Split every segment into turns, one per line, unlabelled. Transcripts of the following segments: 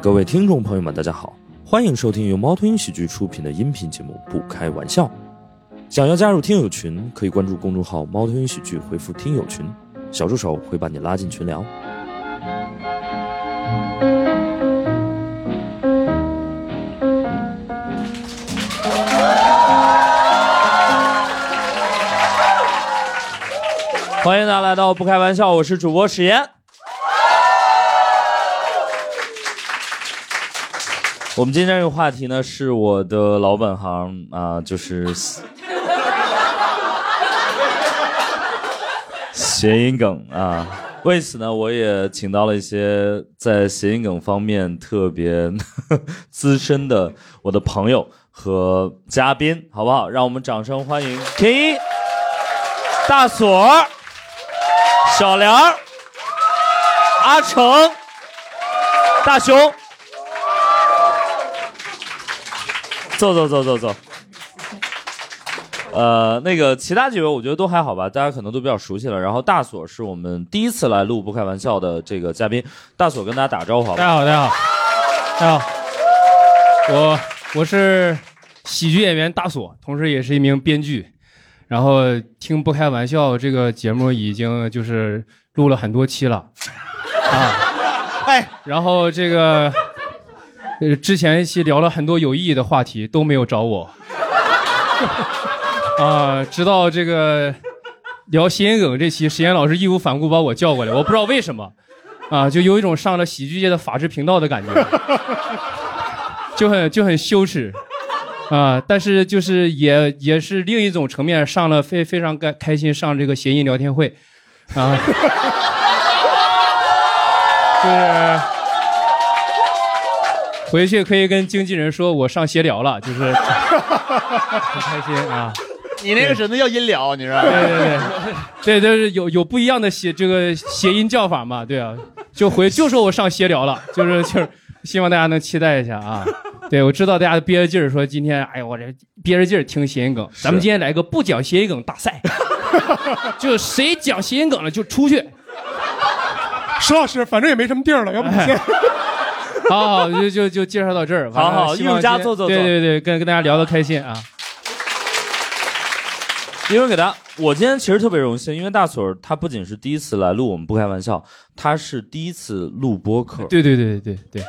各位听众朋友们，大家好，欢迎收听由猫头鹰喜剧出品的音频节目《不开玩笑》。想要加入听友群，可以关注公众号“猫头鹰喜剧”，回复“听友群”，小助手会把你拉进群聊。欢迎大家来到《不开玩笑》，我是主播史岩。我们今天这个话题呢，是我的老本行啊、就是谐谐音梗啊。为此呢，我也请到了一些在谐音梗方面特别 资深的我的朋友和嘉宾，好不好？让我们掌声欢迎田一、大锁、小梁、阿成、大熊。走走走走走。呃，那个其他几位我觉得都还好吧，大家可能都比较熟悉了。然后大锁是我们第一次来录不开玩笑的这个嘉宾，大锁跟大家打个招呼好
大
吧？
家好，大家好，大家好，我我是喜剧演员大锁，同时也是一名编剧。然后听不开玩笑这个节目已经就是录了很多期 了啊，哎，然后这个呃之前一期聊了很多有意义的话题都没有找我 啊，直到这个聊谐音梗这期，石岩老师义无反顾把我叫过来，我不知道为什么。啊，就有一种上了喜剧界的法制频道的感觉， 就很就很羞耻啊。但是就是也也是另一种层面上了非非常开开心上这个谐音聊天会啊， 就是回去可以跟经纪人说我上协聊了，就是很开心啊。
你那个什么叫音疗？你说？
对对对，对，就是有有不一样的谐这个谐音叫法嘛，对啊，就回就说我上协聊了，就是就是，希望大家能期待一下啊。对，我知道大家憋着劲儿说今天，哎呀，我这憋着劲儿听谐音梗，咱们今天来个不讲谐音梗大赛，就谁讲谐音梗了就出去。
石老师，反正也没什么地儿了，要不你先。
好好，就就就介绍到这儿。
好好
完了希望
艺术家
今天
坐坐坐
对对对，跟跟大家聊得开心啊。
因为给大家，我今天其实特别荣幸，因为大锁他不仅是第一次来录我们不开玩笑，他是第一次录播客，
对对对对对对，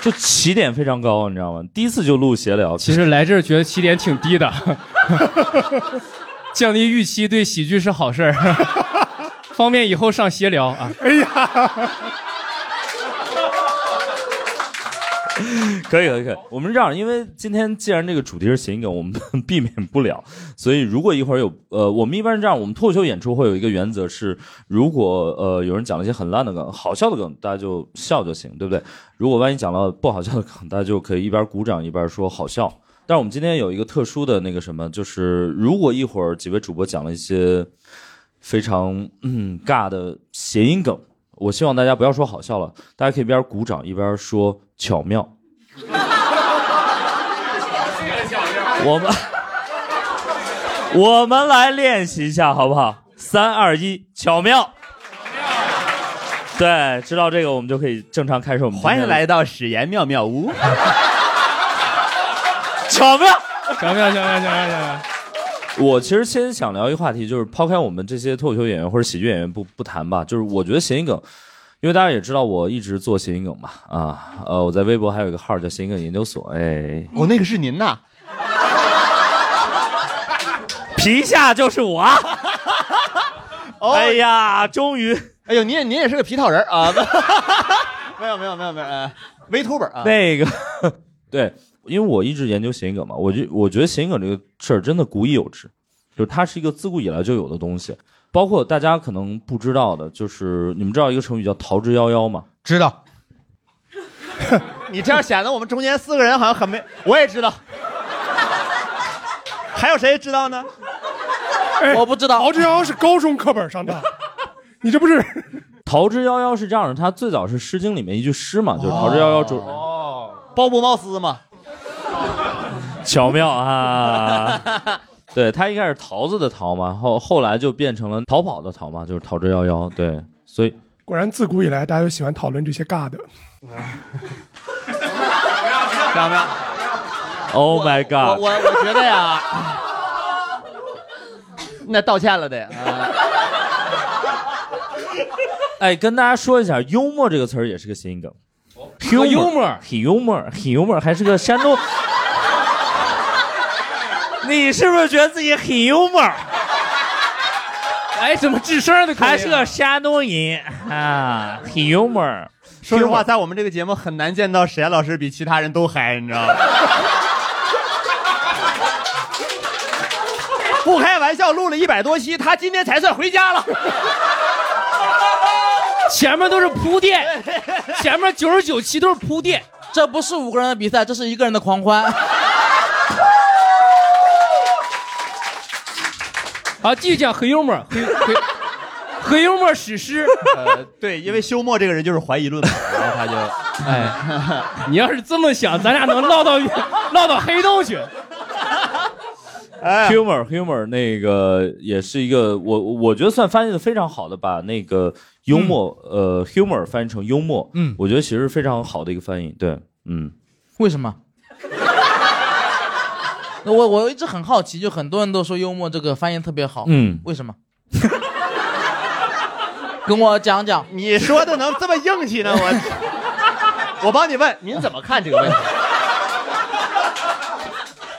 就起点非常高，你知道吗？第一次就录闲聊，
其实来这儿觉得起点挺低的，降低预期对喜剧是好事儿，方便以后上协聊啊。
哎呀，
可以可以可以，我们这样，因为今天既然这个主题是谐音梗，我们 避免不了，所以如果一会儿有呃，我们一般是这样，我们脱口秀演出会有一个原则是，如果呃有人讲了一些很烂的梗、好笑的梗，大家就笑就行，对不对？如果万一讲了不好笑的梗，大家就可以一边鼓掌一边说好笑。但是我们今天有一个特殊的那个什么，就是如果一会儿几位主播讲了一些非常嗯尬的谐音梗，我希望大家不要说好笑了，大家可以一边鼓掌一边说巧妙。我们我们来练习一下，好不好？三二一，巧妙。对，知道这个我们就可以正常开始我们今
欢
天
迎
的
来到史岩妙妙屋。
巧妙。
行不行？行不行？行不行？
我其实先想聊一个话题，就是抛开我们这些脱口秀演员或者喜剧演员不不谈吧，就是我觉得谐音梗，因为大家也知道我一直做谐音梗嘛，啊，呃，我在微博还有一个号叫谐音梗研究所，哎，
哦，那个是您呐？
皮下就 是我啊，哎呀，终于
哦哎呦，您也您也是个皮套人啊？ 没有没有没有没有，呃，Vtuber 啊。
那个， 对，因为我一直研究谐音梗嘛，我就我觉得谐音梗这个事儿真的古已有之，就是它是一个自古以来就有的东西，包括大家可能不知道的，就是你们知道一个成语叫逃之夭夭吗？
知道，
你这样显得我们中间四个人好像很没。我也知 道。还有谁知道呢？我不知道。
哎敖志阳是高中课本上的，你这不是
逃之夭夭是这样的，它最早是《诗经》里面一句诗嘛，就是逃之夭夭主，
哦
包不冒丝嘛？
巧妙 啊。对，它一开始桃子的桃嘛，后后来就变成了逃跑的逃嘛，就是逃之夭夭。对，所以
果然自古以来大家都喜欢讨论这些尬 的。
漂亮。
Oh my
我
god！
我我觉得呀，那道歉了得。啊
哎，跟大家说一下，幽默这个词儿也是个谐音梗。humor 哦 humor humor 还是个山东。 你是不是觉得自己很幽默？
哎，怎么吱声的？
还是个山东人啊，很幽默。
说实话，在我们这个节目很难见到史岩老师比其他人都嗨，你知道吗？不开玩笑，录了一百多期，他今天才算回家了。
前面都是铺 垫，前面九十九期都是铺垫。
这不是五个人的比赛，这是一个人的狂欢。
好，继续讲黑幽默，黑黑黑幽默史诗。
呃，对，因为休谟这个人就是怀疑论嘛， 然后他就
哎， 你要是这么想，咱俩能唠到唠到黑洞去。
哎
humor humor 那个也是一个我我觉得算翻译的非常好的，把那个幽默、呃 humor 翻译成幽默，
嗯
我觉得其实非常好的一个翻译。对，嗯，
为什么？那我我一直很好奇，就很多人都说幽默这个翻译特别好，
嗯
为什么？ 跟我讲讲。
你说的能这么硬气呢？我我帮你问，您怎么看这个问题？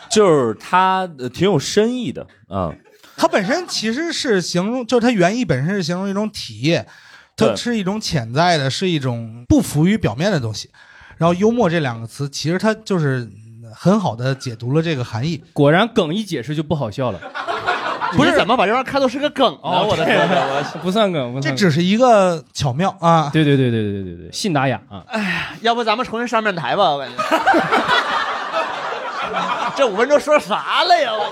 就是它呃挺有深意的啊。
它本身其实是形容，就是它原意本身是形容一种体液，它
对
是一种潜在的，是一种不浮于表面的东西。然后幽默这两个词，其实它就是嗯很好的解读了这个含义。
果然梗一解释就不好笑了。
不是怎么把这玩意儿看作是哦个梗呢？我的天哪！我
不算梗，不
这
算梗。
只是一个巧妙啊，
对对对对对对对对，信达雅啊！
要不咱们重新上面台吧？我感觉 这五分钟说啥了呀？我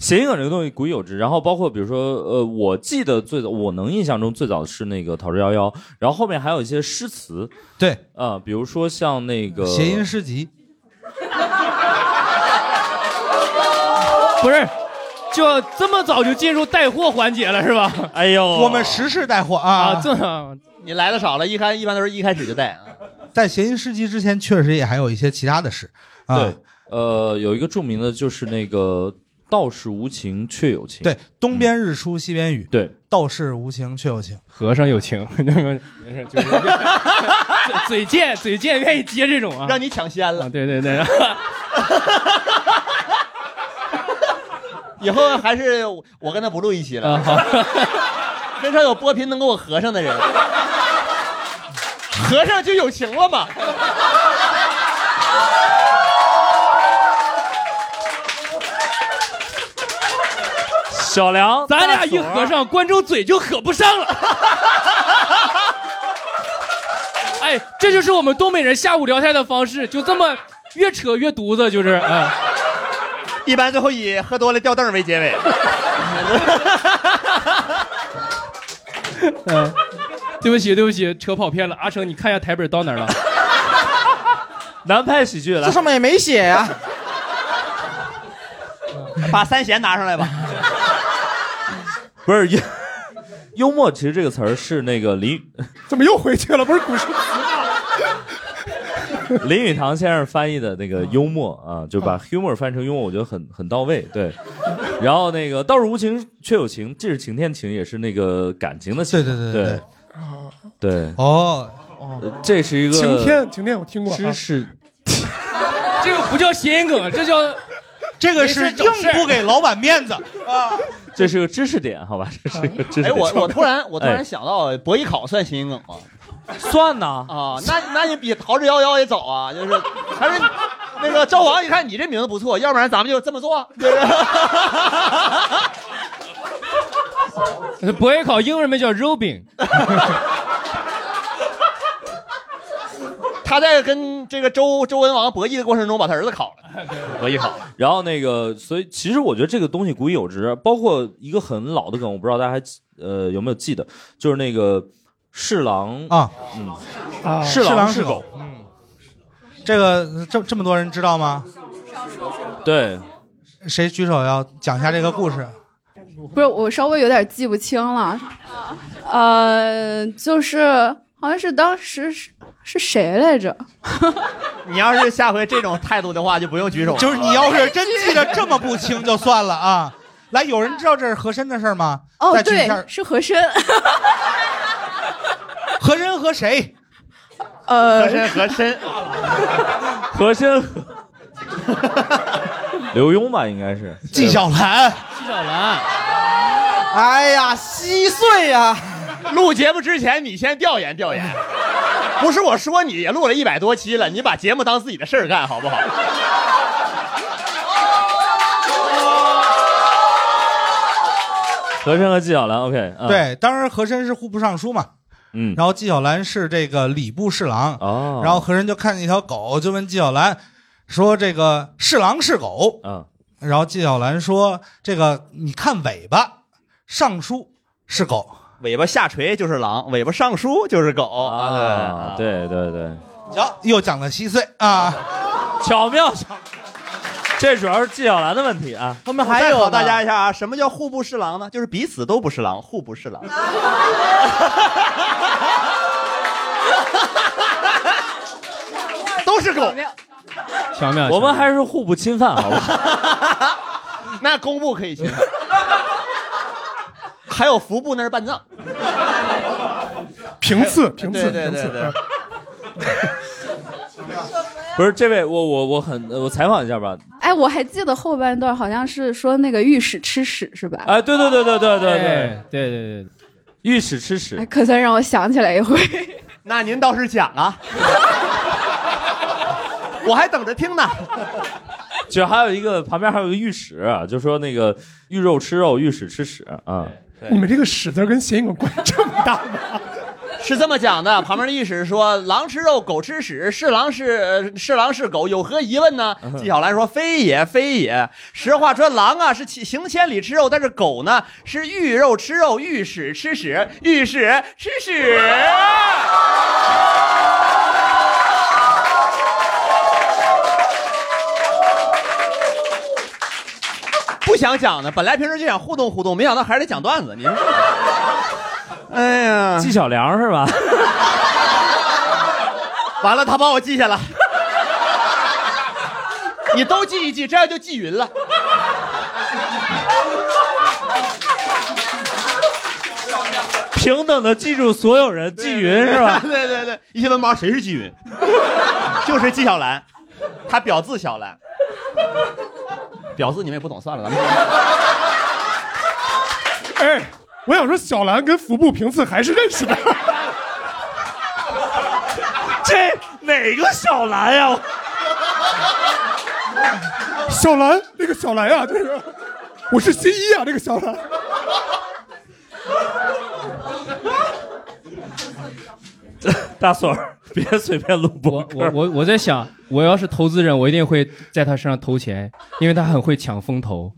谐音梗这个东西古已有之，然后包括比如说，呃，我记得最早我能印象中最早是那个《逃之夭夭》，然后后面还有一些诗词，
对，
啊，比如说像那个
谐音诗 集。
不是，就这么早就进入带货环节了是 吧？
哎呦，
我们实时带货
啊，
啊，
这
你来的少了，一开一般都是一开始就带啊。
在谐音诗集之前，确实也还有一些其他的诗啊。
对，呃，有一个著名的就是那个“道是无情却有情”，
对，
嗯
东边日出西边雨，
对，
道是无情却有情。
和尚有情， 没事，就是嘴 嘴贱，嘴贱愿意接这种啊。
让你抢先了
啊，，对对对，
以后还是我跟他不录一期
啊
了。
好，
很少有播频能跟我合上的人，合上就有情了嘛。
小梁，
咱俩一合上，观众嘴就合不上了。 哎，这就是我们东北人下午聊天的方式，就这么越扯越犊子，就是啊。
一般最后以喝多了掉凳为结尾。
嗯，对不起，对不起，扯跑偏了。阿成，你看一下台本到哪儿了？
南派喜剧来
这，上面也没写呀、
把三弦拿上来吧。
不是幽幽默，其实这个词儿是那个林
怎么又回去了？不是古诗，
林语堂先生翻译的那
嗯
个幽默啊，就把 humor 翻译成幽默，我觉得很很到位。对，然后那个“道是无情却有情”，这是晴天情，也是那个感情的情。
对对对
对
对
对
哦，
呃这是一个
晴天，晴天我听过、
知
啊。
识。
这个不叫谐音梗，这叫
这个是硬不给老板面子。
这是个知识点，好吧？这是个知识
哎，
点。
我我突然我突
哎
然想到，博弈考算谐音梗吗？
算呐，
啊，那那你比逃之夭夭也早啊，就是还是那个赵王一看你这名字不错，要不然咱们就这么做， 就 是
博弈考英文名叫 Robin，
他在跟这个周周文王博弈的过程中把他儿子考了，博弈考了，
然后那个，所以其实我觉得这个东西古已有之，包括一个很老的梗，我不知道大家还记呃有没有记得，就是那个侍郎
啊，
啊，
是
狼
狼
是
狗。嗯，这个这这么多人知道吗？
对，
谁举手要讲一下这个故事？
不是，我稍微有点记不清了。呃，就是好像是当时是是谁来着？
你要是下回这种态度的话，就不用举手了。
就是你要是真记得这么不清就算了啊！来，有人知道这是和珅的事儿吗？
哦，
在群
对
片儿，
是和珅。
和珅和谁？
呃，
和珅，
和珅， 刘墉吧，应该是
纪晓岚。
纪晓岚，
哎呀，稀碎呀、
录节目之前，你先调研调研。不是我说你，也录了一百多期了，你把节目当自己的事儿干好不好？
和珅和纪晓岚。OK，、嗯、，
对，当然和珅是户部尚书嘛，
嗯，
然后纪晓岚是这个礼部侍郎，
哦，
然后和珅就看见一条狗，就问纪晓岚说：“这个侍郎是狗。
嗯，”
然后纪晓岚说：“这个你看尾巴，尚书是狗。
尾巴下垂就是狼，尾巴上梳就是狗
啊，，对对对，”
瞧，又讲的稀碎啊！
巧妙巧，这主要是纪晓岚的问题啊。
后面还
还
有
有
呢
大家一下啊，什么叫互不侍郎呢？就是彼此都不是狼，互不 侍郎。都是狗，
巧妙。巧
我们
妙
还是互不侵犯，好吧？
那工部可以侵犯。还有服部那是办葬，
平次，平次，啊
对对
平
对对
次。，
不是，这位，我我我很，呃我采访一下吧。
哎，我还记得后半段好像是说那个御史吃屎是吧？
哎，对对对对对对对，
对哎对对对，
御史吃
哎，
屎，
可算让我想起来一回。
那您倒是讲啊，我还等着听呢。
就还有一个旁边还有一个御史，就说那个御肉吃肉，御史吃屎啊。
你们这个“屎”字儿跟谐音梗 关系这么大吗？
是这么讲的，旁边的御史说：“狼吃肉，狗吃屎，是狼是呃是狼是狗，有何疑问呢？”纪晓岚说：“非也，非也。实话说，狼啊是其行千里吃肉，但是狗呢是御肉吃肉，御史吃屎，御史吃屎。”不想讲呢，本来平时就想互动互动，没想到还是得讲段子。你说，哎呀，
纪晓良是吧？
完了，他把我记下了。你都记一记，这样就记匀了。
平等的记住所有人，纪云是吧？
对对对，一些文盲谁是纪云？ 就是纪晓岚，他表字小兰。表字你们也不懂，算了，咱们
哎，我想说，小兰跟服部平次还是认识的。
这哪个小兰呀？
小兰，那个小兰呀、这个我是新一啊，这个小兰。
大锁儿， 别随便录播
我我我我在想，我要是投资人，我一定会在他身上投钱，因为他很会抢风投。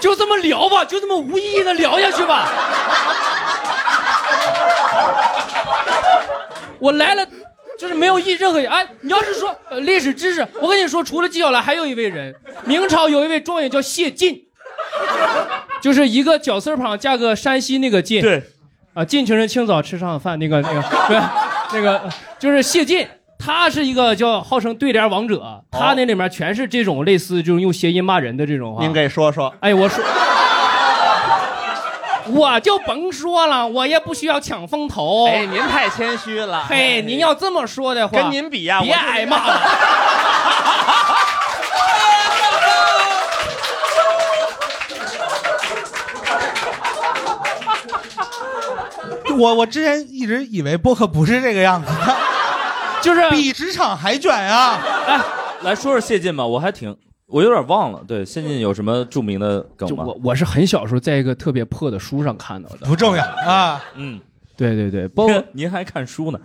就这么聊吧，就这么无意义的聊下去吧。我来了，就是没有意任何哎，你要是说、呃、历史知识，我跟你说，除了纪晓岚，还有一位人，明朝有一位状元叫谢晋，就是一个绞丝儿旁加个山西那个晋，
对，
啊，晋穷人清早吃上饭那个那个对，那个就是谢晋。他是一个叫号称对联王者，他那里面全是这种类似就是用谐音骂人的这种话。
您给说说。
哎，我说， 我就甭说了，我也不需要抢风头。
哎，您太谦虚了。
嘿，您要这么说的话，
哎跟您比呀、我
别挨骂了。
我我之前一直以为播客不是这个 样子的，
就是
比职场还卷啊！
哎来说说谢晋吧，我还挺，我有点忘了。对，谢晋有什么著名的 梗
就
吗？
我我是很小时候在一个特别破的书上看到的。
不重要啊，
嗯，
对对 对，包括
您还看书 呢？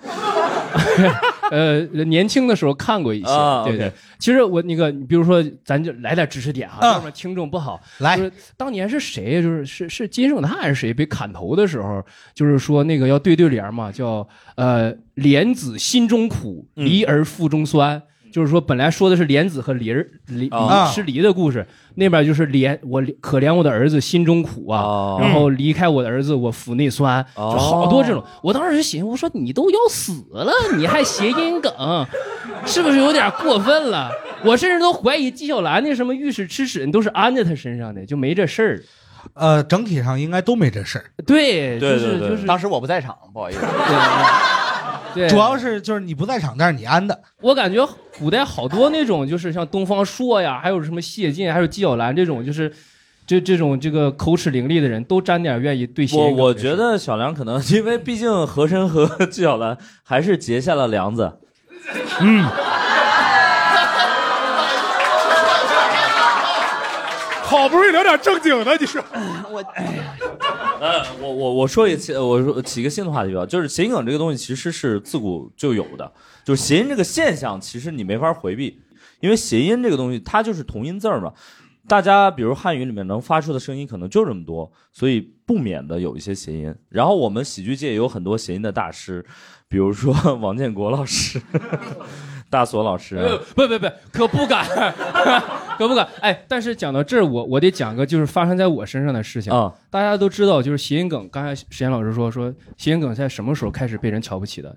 呃年轻的时候看过一些。
啊
对
OK
对，其实我那个，你比如说，咱就来点知识点啊，
嗯
要不然听众不好。
来
就，是当年是谁？就是是是金圣叹还是谁被砍头的时候，就是说那个要对对联嘛，叫呃“莲子心中苦，
嗯
梨儿腹中酸”。就是说本来说的是莲子和梨儿梨
啊
梨吃梨的故事，那边就是莲我可怜我的儿子心中苦啊，然后离开我的儿子我腹内酸，
哦
就好多这种。我当时就寻思，我说你都要死了，你还谐音梗，是不是有点过分了？我甚至都怀疑纪晓岚那什么御史吃屎，你都是安在他身上的，就没这事儿。
呃，整体上应该都没这事儿。
对，
对
就是
对对
就是，
当时我不在场，不好意思。
对，
主要是就是你不在场，但是你安的。
我感觉古代好多那种，就是像东方朔呀，还有什么谢晋，还有纪晓岚这种，就是这这种这个口齿伶俐的人都沾点愿意对谐音
我
梗的事。
我觉得小梁可能因为毕竟和珅和纪晓岚还是结下了梁子，
嗯
好不容易聊点正经的，你说
呃，我我我说一起，我说起一个新的话题吧，就是谐音梗这个东西其实是自古就有的，就是谐音这个现象，其实你没法回避，因为谐音这个东西它就是同音字儿嘛，大家比如汉语里面能发出的声音可能就这么多，所以不免的有一些谐音。然后我们喜剧界也有很多谐音的大师，比如说 王建国老师、 大锁老师啊，
呃，不不不，可不敢， 可不敢。哎，但是讲到这儿，我我得讲个就是发生在我身上的事情。
啊
大家都知道，就是谐音梗。刚才石岩老师说说谐音梗在什么时候开始被人瞧不起的？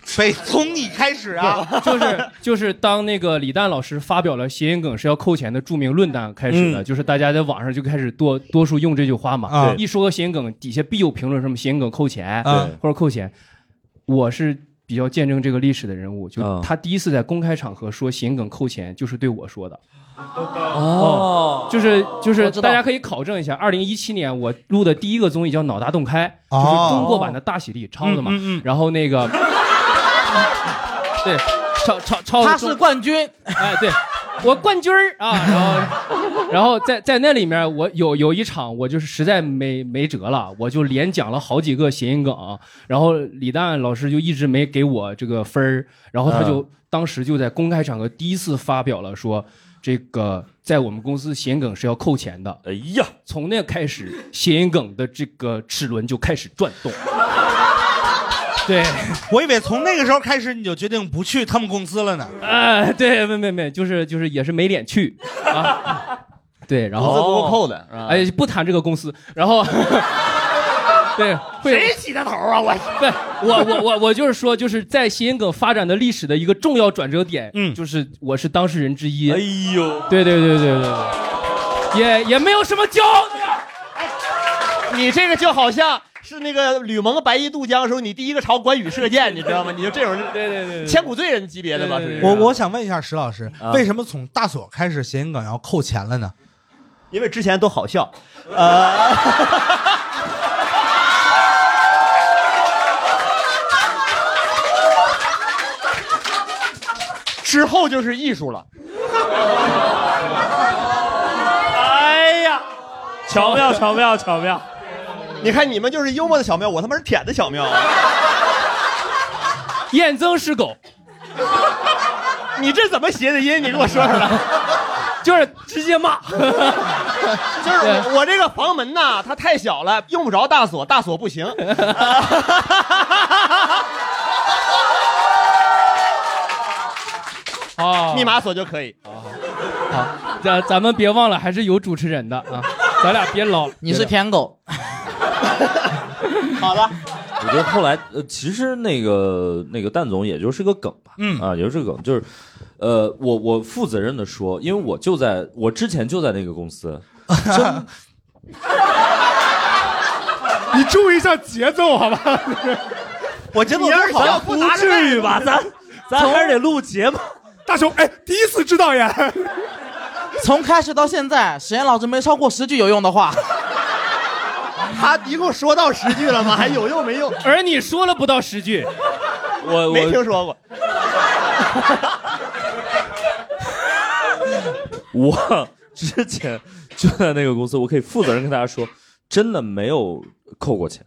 非从你开始 啊，
就是就是当那个李诞老师发表了谐音梗是要扣钱的著名论坛开始的，就是大家在网上就开始多多数用这句话嘛。
嗯啊
一说个谐音梗，底下必有评论什么谐音梗扣钱、
啊
嗯
或者扣钱。我是比较见证这个历史的人物，
啊
就他第一次在公开场合说谐音梗扣钱，就是对我说的。
哦，
就是就是
我，知道
大家可以考证一下，二零一七年我录的第一个综艺叫《脑大洞开》，就是中国版的《大喜力》，超
嗯
子嘛。然后那个， 对，超超超子
他是
中
冠军，
哎，对我冠军儿啊，然 后然后在在那里面，我有有一场，我就是实在没没辙了，我就连讲了好几个谐音梗，然后李诞老师就一直没给我这个分儿，然后他就、当时就在公开场合第一次发表了说。这个在我们公司谐音梗是要扣钱的，
哎呀，
从那开始谐音梗的这个齿轮就开始转动。对，
我以为从那个时候开始你就决定不去他们公司了呢。
哎，对，没没没，就是就是也是没脸去啊。对，然
工资
后
不够扣的，是吧
哎，不谈这个公司，然后 对，会谁起的头啊？我不，我我我我就是说，就是在谐音梗发展的历史的一个重要转折点，嗯，就是我是当事人之一。
哎呦，
对对对对对对，也也没有什么骄傲的。
你这个就好像是那个吕蒙白衣渡江的时候，你第一个朝关羽射箭，你知道吗？你就这种
对对对
千古罪人级别的吧，属
对对
于
对
是
我我想问一下石老师
啊，
为什么从大锁开始谐音梗要扣钱了呢？
因为之前都好笑，呃，之后就是艺术了。
哎呀，巧妙巧妙巧妙，
你看你们就是幽默的小妙，我他妈是舔的小妙啊！
验增是狗，
你这怎么谐的音？你给我说出来。
就是直接骂。
就是我我这个房门呐，它太小了，用不着大锁，大锁不行。呃
啊，
密码锁就可以。
咱咱们别忘了，还是有主持人的啊，咱俩别老。
你是舔狗，
好了，
我觉得后来呃，其实那个那个蛋总也就是个梗吧，嗯啊，也就是个梗，就是呃，我我负责任的说，因为我就在我之前就在那个公司，真
你注意一下节奏，好吧？
我节奏真好，
不至于吧？咱咱还是得录节目，
大雄，哎，第一次知道呀，
从开始到现在，史岩老师没超过十句有用的话。
他一共说到十句了吗？还有用没 用？
而你说了不到十句，
我
没听
我
说 过。
我之前就在那个公司，我可以负责任跟大家说，真的没有扣过钱。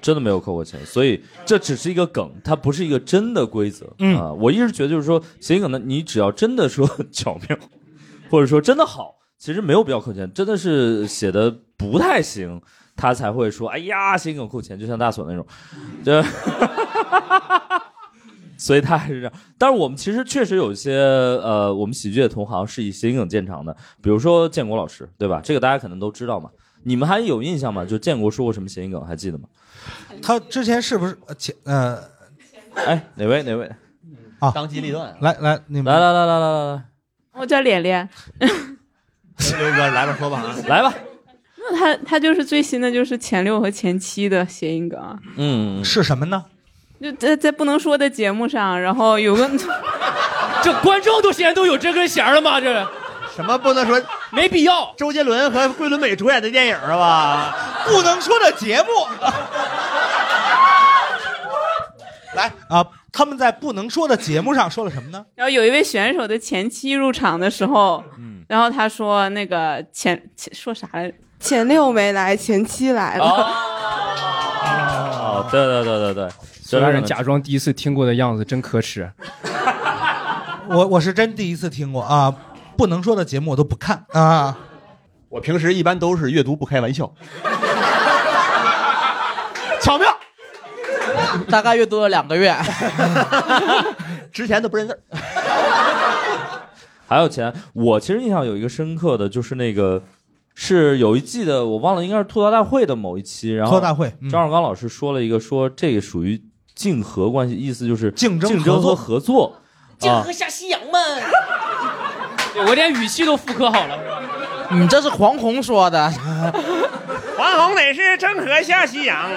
真的没有扣过钱，所以这只是一个梗，它不是一个真的规则、嗯、啊。我一直觉得就是说，谐音梗呢，你只要真的说 巧妙，或者说真的好，其实没有必要扣钱，真的是写的不太行，他才会说哎呀，谐音梗扣钱，就像大锁那种，这。 所以他还是这样。但是我们其实确实有一些呃，我们喜剧的同行是以谐音梗见长的，比如说建国老师，对吧？这个大家可能都知道嘛。你们还有印象吗？就建国说过什么谐音梗，还记得吗？
他之前是不是呃前呃
哎，哪位哪位？
啊，
当机立断。
来来，你们
来来来来来
嗯
来，
我哦叫脸脸。
刘哥来吧，说吧啊，
来吧，
那他他就是最新的就是前六和前七的谐音梗啊，
嗯，
是什么呢？
就在在不能说的节目上，然后有个
这观众都现在都有这根弦了吗？这
什么不能说？
没必要。
周杰伦和桂纶镁主演的电影是吧？
不能说的节目。来啊，他们在不能说的节目上说了什么呢？
然后有一位选手的前期入场的时候，
嗯
然后他说那个前前说啥来着？
前六没来，前七来了。
哦，对对对对对，
所有人假装第一次听过的样子，真可耻。
我我是真第一次听过啊，不能说的节目我都不看啊。
我平时一般都是阅读不开玩笑，巧妙，
大概阅读了两 个月。
之前都不认字儿。
还有钱，我其实印象有一个深刻的，就是那个是有一季的，我忘了，应该是吐槽大会的某一期，然后
吐槽大会嗯
张绍刚老师说了一个，说这个属于竞合关系，意思就是
竞争
竞争
合作
和合作。啊，
下西洋 嘛。
我连语气都复刻好了。
你嗯这是黄宏 说的，
黄宏得是郑和下西洋，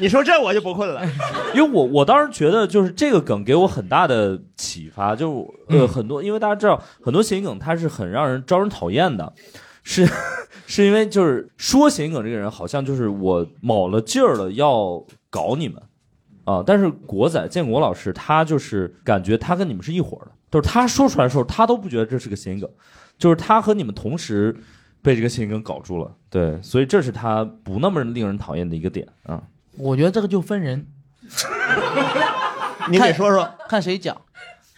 你说这我就不困了。
因为我我当时觉得就是这个梗给我很大的启发，就是我
嗯
呃、很多，因为大家知道很多谐音梗它是很让人招人讨厌的，是是因为就是说谐音梗这个人好像就是我卯了劲儿了要搞你们啊，但是国仔建国老师他就是感觉他跟你们是一伙儿的，就是他说出来的时候他都不觉得这是个谐音梗，就是他和你们同时被这个谐音梗搞住了，对，所以这是他不那么令人讨厌的一个点啊。
我觉得这个就分人，
你得说说，
看谁讲。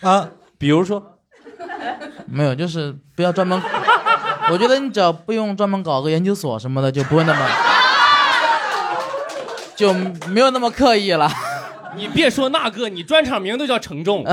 啊，
比如说，
没有，就是不要专门。我觉得你只要不用专门搞个研究所什么的，就不会 那么，就没有那么哦刻意了。
你别说那个，你专场名都叫承重。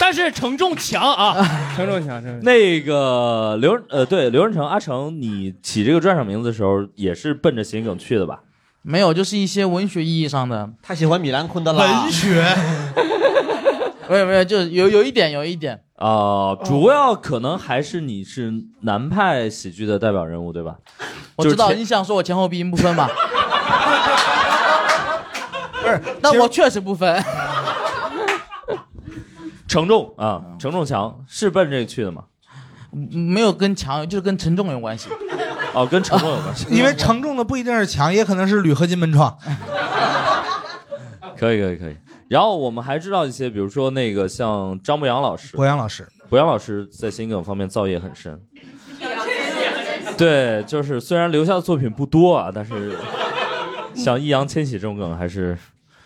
但是承重强 啊，承重强，承重强。
那个刘仁呃，对刘仁成阿成，你起这个专场名字的时候也是奔着谐音梗去的吧？
没有，就是一些文学意义上的，
他喜欢米兰昆德拉
文，学，
没有没有，就是有有一点有一点，
啊、主要可能还是你是南派喜剧的代表人物，对吧？
我
就是
知道
前
你想说我前后鼻音不分吧？ 不是，但我确实不分。
承重啊，
嗯
承重强是奔这个去的吗？
没有跟强，就是跟沉重有关系。
哦，跟承重有 关系。
因为承重的不一定是强，也可能是铝合金门窗。
可以，可以，可以。然后我们还知道一些，比如说那个像张博洋老师，
博洋老师，
博洋老师在谐音梗方面造诣很深。对，就是虽然留下的作品不多啊，但是像易烊千玺这种梗还是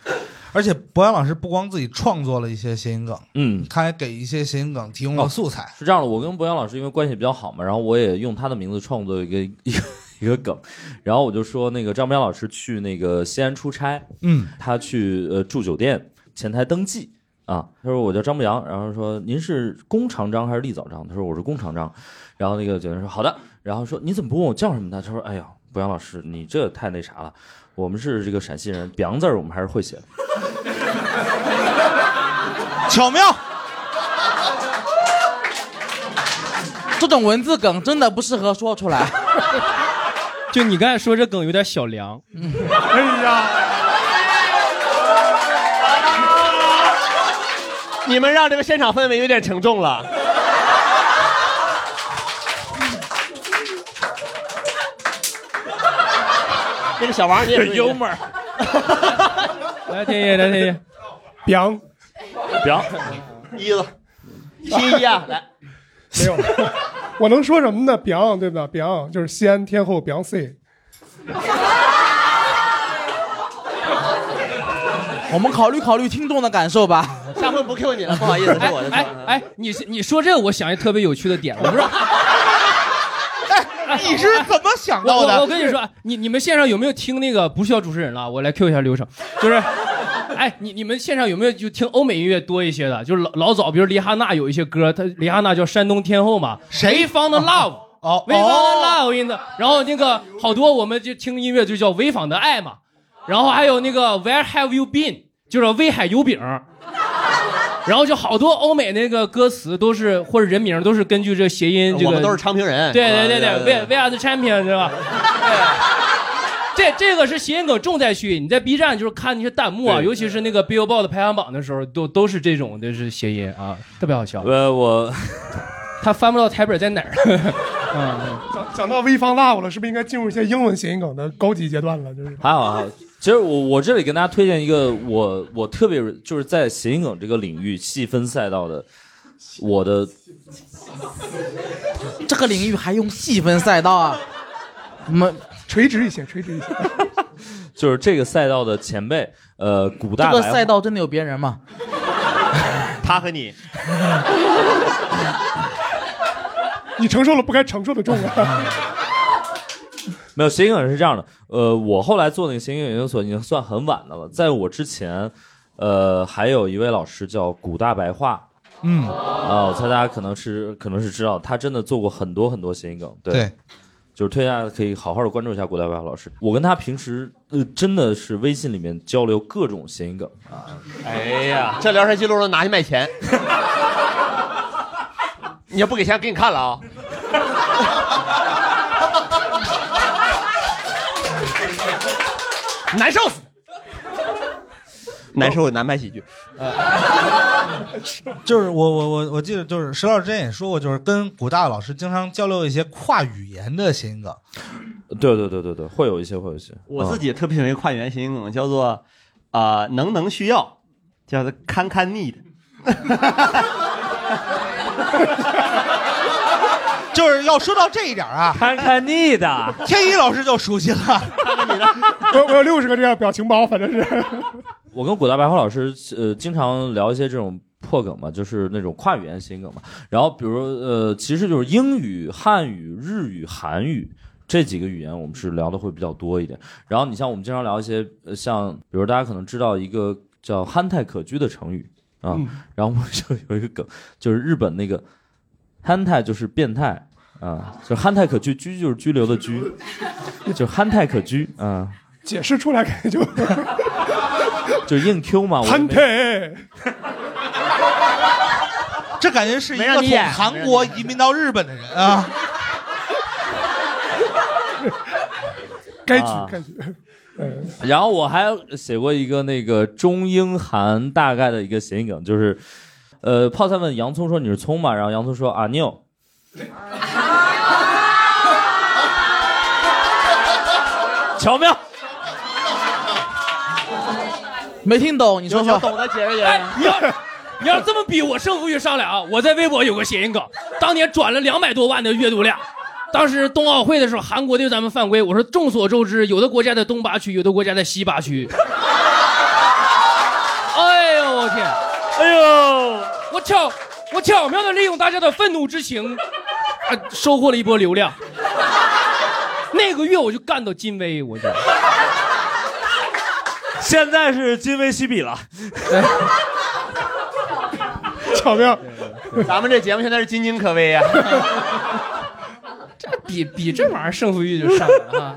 而且博洋老师不光自己创作了一些谐音梗，
嗯
他还给一些谐音梗提
哦
供了素材。
哦是这样的，我跟博洋老师因为关系比较好嘛，然后我也用他的名字创作一个 一个一个梗，然后我就说那个张博洋老师去那个西安出差，
嗯，
他去呃住酒店前台登记啊，他说我叫张博洋，然后说您是龚长张还是立早张？他说我是龚长张，然后那个酒店说好的，然后说你怎么不问我叫什么呢？他说哎呀，博洋老师你这太那啥了，我们是这个陕西人，“洋”字儿我们还是会写的。
巧妙，
这种文字梗真的不适合说出来。
就你刚才说这梗有点小凉，
哎呀，
你们让这个现场氛围有点沉重 了。那个小王，你也是幽默，
来天野，来天野，
凉，
表
一子，新一啊，来，
没有，我能说什么呢？凉，对吧？凉就是西安天后 Beyonce，
我们考虑考虑听众的感受吧。
下回不 Q 你了，不好意思，是
哎
我的错。
哎哎，你你说这，我想一特别有趣的点，我不知道，
你是怎么想到的？
我我跟你说，你你们线上有没有听那个不需要主持人了？我来 Q 一下流程，就是，哎，你你们线上有没有就听欧美音乐多一些的？就是老老早，比如蕾哈娜有一些歌，她蕾哈娜叫山东天后嘛，谁 found love？
哦
，We found love in the，然后那个好多我们就听音乐就叫潍坊的爱嘛，然后还有那个 Where have you been？就是威海油饼。然后就好多欧美那个歌词都是或者人名都是根据这个谐音，这个
我们都是昌平人
对
是吧
对对
对
对，
对对
为为啥是 champion 是吧？这这个是谐音梗重灾区，你在 B 站就是看那些弹幕啊，
对
尤其是那个 Billboard 排行榜的时候，都都是这种的是谐音啊，特别好笑。
呃，我
他翻不到台本在哪儿。
讲讲到微方 love 了，是不是应该进入一些英文谐音梗的高级阶段了？就是
还好还好。其实我我这里跟大家推荐一个我我特别就是在谐音梗这个领域细分赛道的我的
这个领域还用细分赛道啊？我们
垂直一些，垂直一些。
就是这个赛道的前辈，呃，
这
古大
个
白
赛道真的有别人吗？
他和你，
你承受了不该承受的重啊量。
没有谐音梗是这样的，呃，我后来做那个谐音梗研究所已经算很晚的了，在我之前，呃，还有一位老师叫古大白话。
嗯，
啊，我猜大家可能是可能是知道，他真的做过很多很多谐音梗，对，
对
就是推荐大家可以好好的关注一下古大白话老师。我跟他平时呃真的是微信里面交流各种谐音梗啊，
哎呀，这聊天记录能拿去 卖钱，你要不给钱给你看了 啊、难受死，难受难拍喜剧，
就是我我我我记得就是石老师之前也说过，就是跟古大老师经常交流一些跨语言的谐音梗。
对对对对对，会有一些会有一些。
我
嗯
自己特别喜欢一个跨语言谐音梗，叫做啊、呃能能需要，叫做 can can need。
就是要说到这一点啊，
看看你的，
天一老师就熟悉了。
我我有六十个这样表情包，反正是。
我跟古大白话老师呃经常聊一些这种破梗嘛，就是那种跨语言谐音梗嘛。然后比如呃，其实就是英语、汉语、日语、韩语。这几个语言我们是聊的会比较多一点，然后你像我们经常聊一些，呃像比如大家可能知道一个叫“憨态可掬”的成语啊，然后我们就有一个梗，就是日本那个“憨态”就是变态啊，就是“憨态可掬”，居就是拘留的居，就是“憨态可掬”啊，
解释出来感觉就
就是硬 Q 嘛，我就
憨
没
态，
这感觉是一
没让
个
你
从
演
韩国移民到日本的人啊，
该举
啊
该举。
嗯
然后我还写过一个那个中英韩大概的一个谐音梗，就是，呃，泡菜问洋葱说你是葱吗？然后洋葱说啊你有，巧妙，
没听懂，你说
有有
说。
懂的解释解
哎
释。，
你要你要这么比，我胜负欲上来啊！我在微博有个谐音梗，当年转了两百多万的阅读量。当时冬奥会的时候，韩国对咱们犯规，我说众所周知，有的国家在东八区，有的国家在西八区。哎呦我天！哎呦，我巧我巧妙的利用大家的愤怒之情，啊、收获了一波流量。那个月我就干到金威，我就。
现在是今非昔比了，
巧妙，
咱们这节目现在是津津可危啊！
比比这玩意儿胜负欲就上来了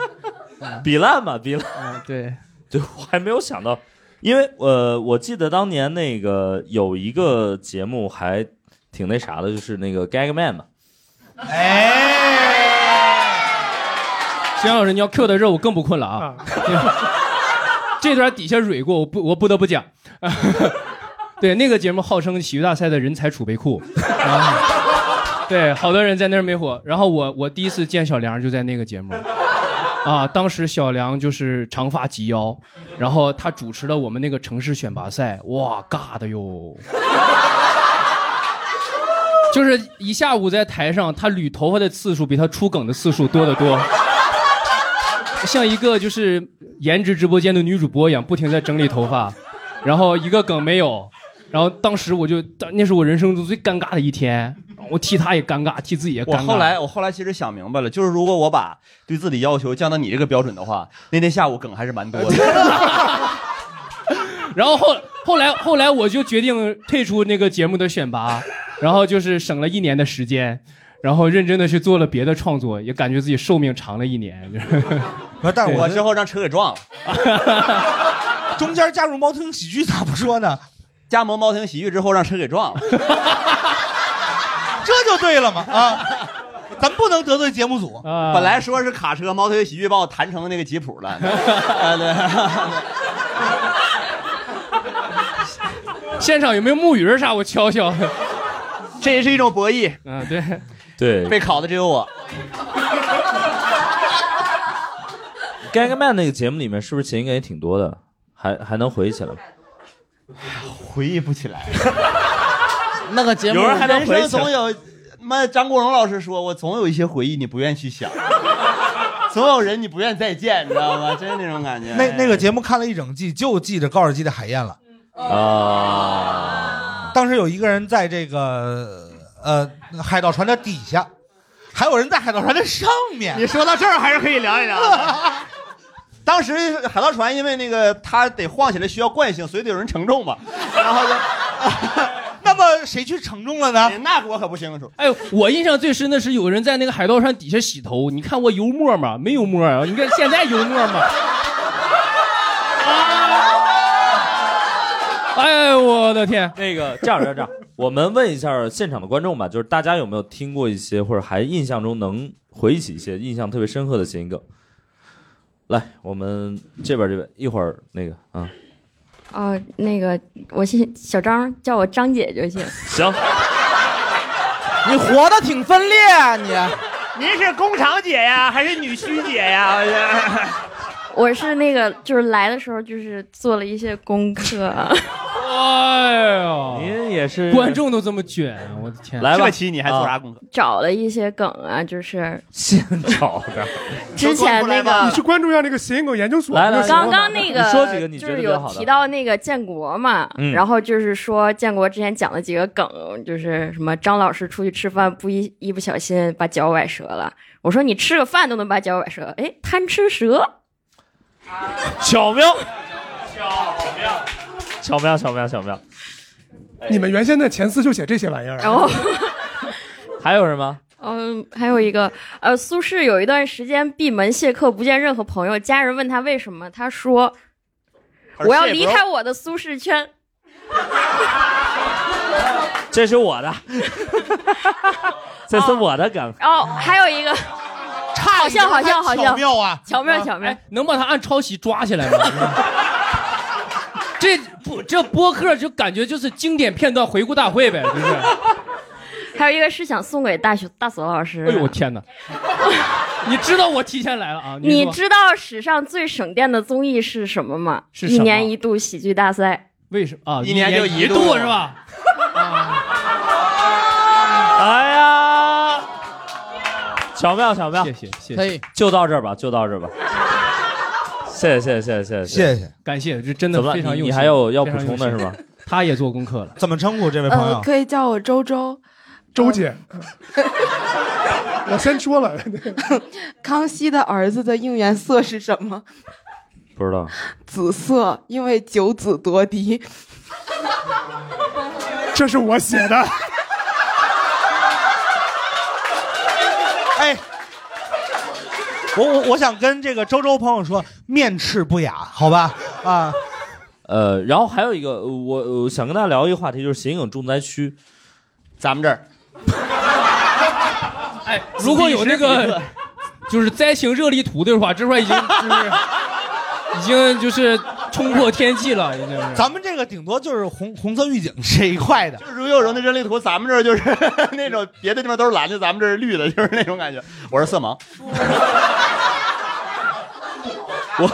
比烂嘛比烂。
啊！嗯，对，
对，我还没有想到，因为呃，我记得当年那个呃有一个节目还挺那啥的，就是那个 Gag Man 嘛，
石阳老师，你要 Q 到这儿，我更不困了啊！ 这段底下蕊过，我不，我不得不讲。 对，那个节目号称喜剧大赛的人才储备库，然后对，好多人在那儿没火。然后我我第一次见小梁就在那个节目， 啊，当时小梁就是长发及腰，然后他主持了我们那个城市选拔赛，哇，尬的哟。就是一下午在台上，他捋头发的次数比他出梗的次数多得多。像一个就是颜值直播间的女主播一样，不停在整理头发，然后一个梗没有，然后当时我就，当那是我人生中最尴尬的一天，我替他也尴尬，替自己也尴
我
尬。
后来我后来其实想明白了，就是如果我把对自己要求降到你这个标准的话，那天下午梗还是蛮 多的。
然后后后来后来我就决定退出那个节目的选拔，然后就是省了一年的时间，然后认真的去做了别的创作，也感觉自己寿命长了一年。
不是但是我
我之后让车给撞了。
中间加入猫头鹰喜剧咋不说呢？
加盟猫头鹰喜剧之后让车给撞 了，
这就对了嘛啊！咱不能得罪节目组，
本来说是卡车，猫头鹰喜剧把我弹成那个吉普 了。啊对
现场有没有木鱼儿啥？我敲敲。
这也是一种博弈。
嗯，对，
对，
被考的只有我。
Gagman 那个节目里面是不是谐音梗也挺多的？还还能回忆起来吗？
哎回忆不起来。
那个节目
有人还能回
人
想
生
总有，妈张国荣老师说，我总有一些回忆你不愿去想，总有人你不愿再见，你知道吗？真是那种感觉。哎
那那个节目看了一整季，就记着高尔基的海燕了。
啊，
当时有一个人在这个呃海盗船的底下，还有人在海盗船的上面。
你说到这儿还是可以聊一聊。当时海盗船因为那个它得晃起来需要惯性，所以得有人承重嘛。然后就，
那么谁去承重了呢？
那我可不清楚。
哎，我印象最深的是有人在那个海盗船底下洗头，你看我油沫吗？没油沫啊！你看现在油沫吗？ 哎，我的天！
那个这样这样这 样，我们问一下现场的观众吧，就是大家有没有听过一些，或者还印象中能回忆起一些印象特别深刻的谐音梗？来，我们这边这边一会儿那个啊，
哦、那个我是小张，叫我张姐就行。
行，
你活的挺分裂啊你。
您是工厂姐呀，还是女婿姐呀？
我是那个就是来的时候就是做了一些功课，
哎呦，
您也是
观众都这么卷，啊我的天！
来吧这期你还做啥
课？
功 课？
找了一些梗啊，就是
现找的。
之前那个
你去关注一下那个谐音梗研究所。那个
刚刚那个
说几个你
就
觉得
是
比较
有
好的
提到那个建国嘛，
嗯
然后就是说建国之前讲了几个梗，就是什么张老师出去吃饭不一一不小心把脚崴折了，我说你吃个饭都能把脚崴折，哎，贪吃蛇，
巧妙，巧妙，巧妙，巧妙。
你们原先的前四就写这些玩意儿。啊
然后。
还有什么？
嗯，还有一个，呃，苏轼有一段时间闭门谢客，不见任何朋友，家人问他为什么，他说：“我要离开我的苏轼圈。
这 是我的，这是我的梗”。
然后哦还有一个，好像好像好像
巧妙啊
巧妙巧妙，
哎能把他按抄袭抓起来吗？ 这不这播客就感觉就是经典片段回顾大会呗，就是。
还有一个是想送给大学大锁老师。
哎呦我天哪！你知道我提前来了啊？你
你
说
知道史上最省电的综艺是什么吗？
是什
一
么
年一度喜剧大赛。
为什么啊？
一年就
一
一
度
度
是吧？啊
哎呀，巧妙巧妙，谢
谢谢
可以，
就到这儿吧，就 到这儿吧。谢谢谢谢谢
谢谢，
感谢，这真的
怎么了
非常
你
用
你
心
还有要
非
补
常
充的
用
是
心
吗？
他也做功课了。
怎么称呼这位
呃，可以叫我周周。呃
周姐，
我先说了， 康熙的儿子的应援色是什么？
不知道，
紫色，因为九子夺嫡。
这是我写 的。
哎，我我我想跟这个周周朋友说，面斥不雅，好吧？啊，
呃，然后还有一个，呃我我想跟大家聊一个话题，就是谐音梗重灾区，
咱们这儿
哎，如果有那个就是灾情热力图的话，这块已经就是。已经就是冲破天际了，已经是。
咱们这个顶多就是红红色预警这一块的，
如有人的热力图，咱们这儿就是 那种别的地方都是蓝的，咱们这儿是绿的，就是那种感觉。我是色 盲，我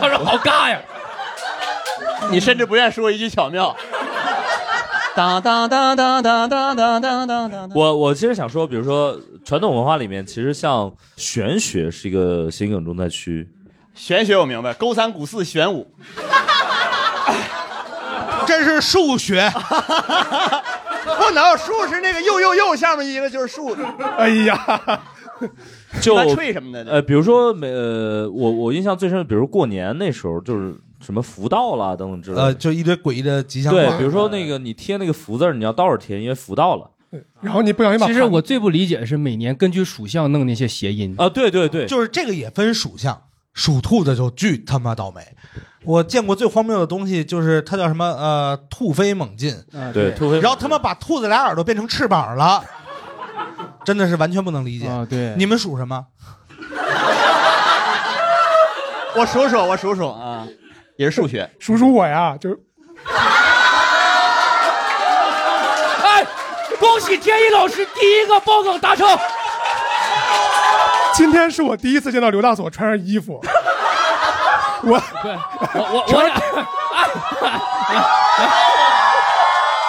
他说好尬呀，
你甚至不愿说一句巧妙。当当当当当当当当当当。
我我其实想说，比如说传统文化里面，其实像玄学是一个谐音梗重灾区，
玄学我明白，勾三股四玄武，
这是数学。
不能，树是那个又又又，下面一个就是树字。
哎呀，就
纳粹什么的
呃，比如说每呃，我我印象最深的，比如过年那时候就是什么福到了等等之类的。
呃，就一堆诡异的吉祥话。
对，比如说那个你贴那个福字儿，你要倒着贴，因为福到了。
然后你不小心把。其实我最不理解的是每年根据属相弄那些谐音
啊，对对对，
就是这个也分属相，属兔的就巨他妈倒霉。我见过最荒谬的东西就是它叫什么呃，兔飞猛进，
啊对对兔飞猛进
然后他们把兔子俩耳朵变成翅膀了，真的是完全不能理解啊。
对，
你们属什么？
我数数，我数数啊，也是数学。
数数我呀，就是
哎，恭喜天一老师第一个爆梗达成。
今天是我第一次见到刘大锁穿上衣 服，我
我我我俩，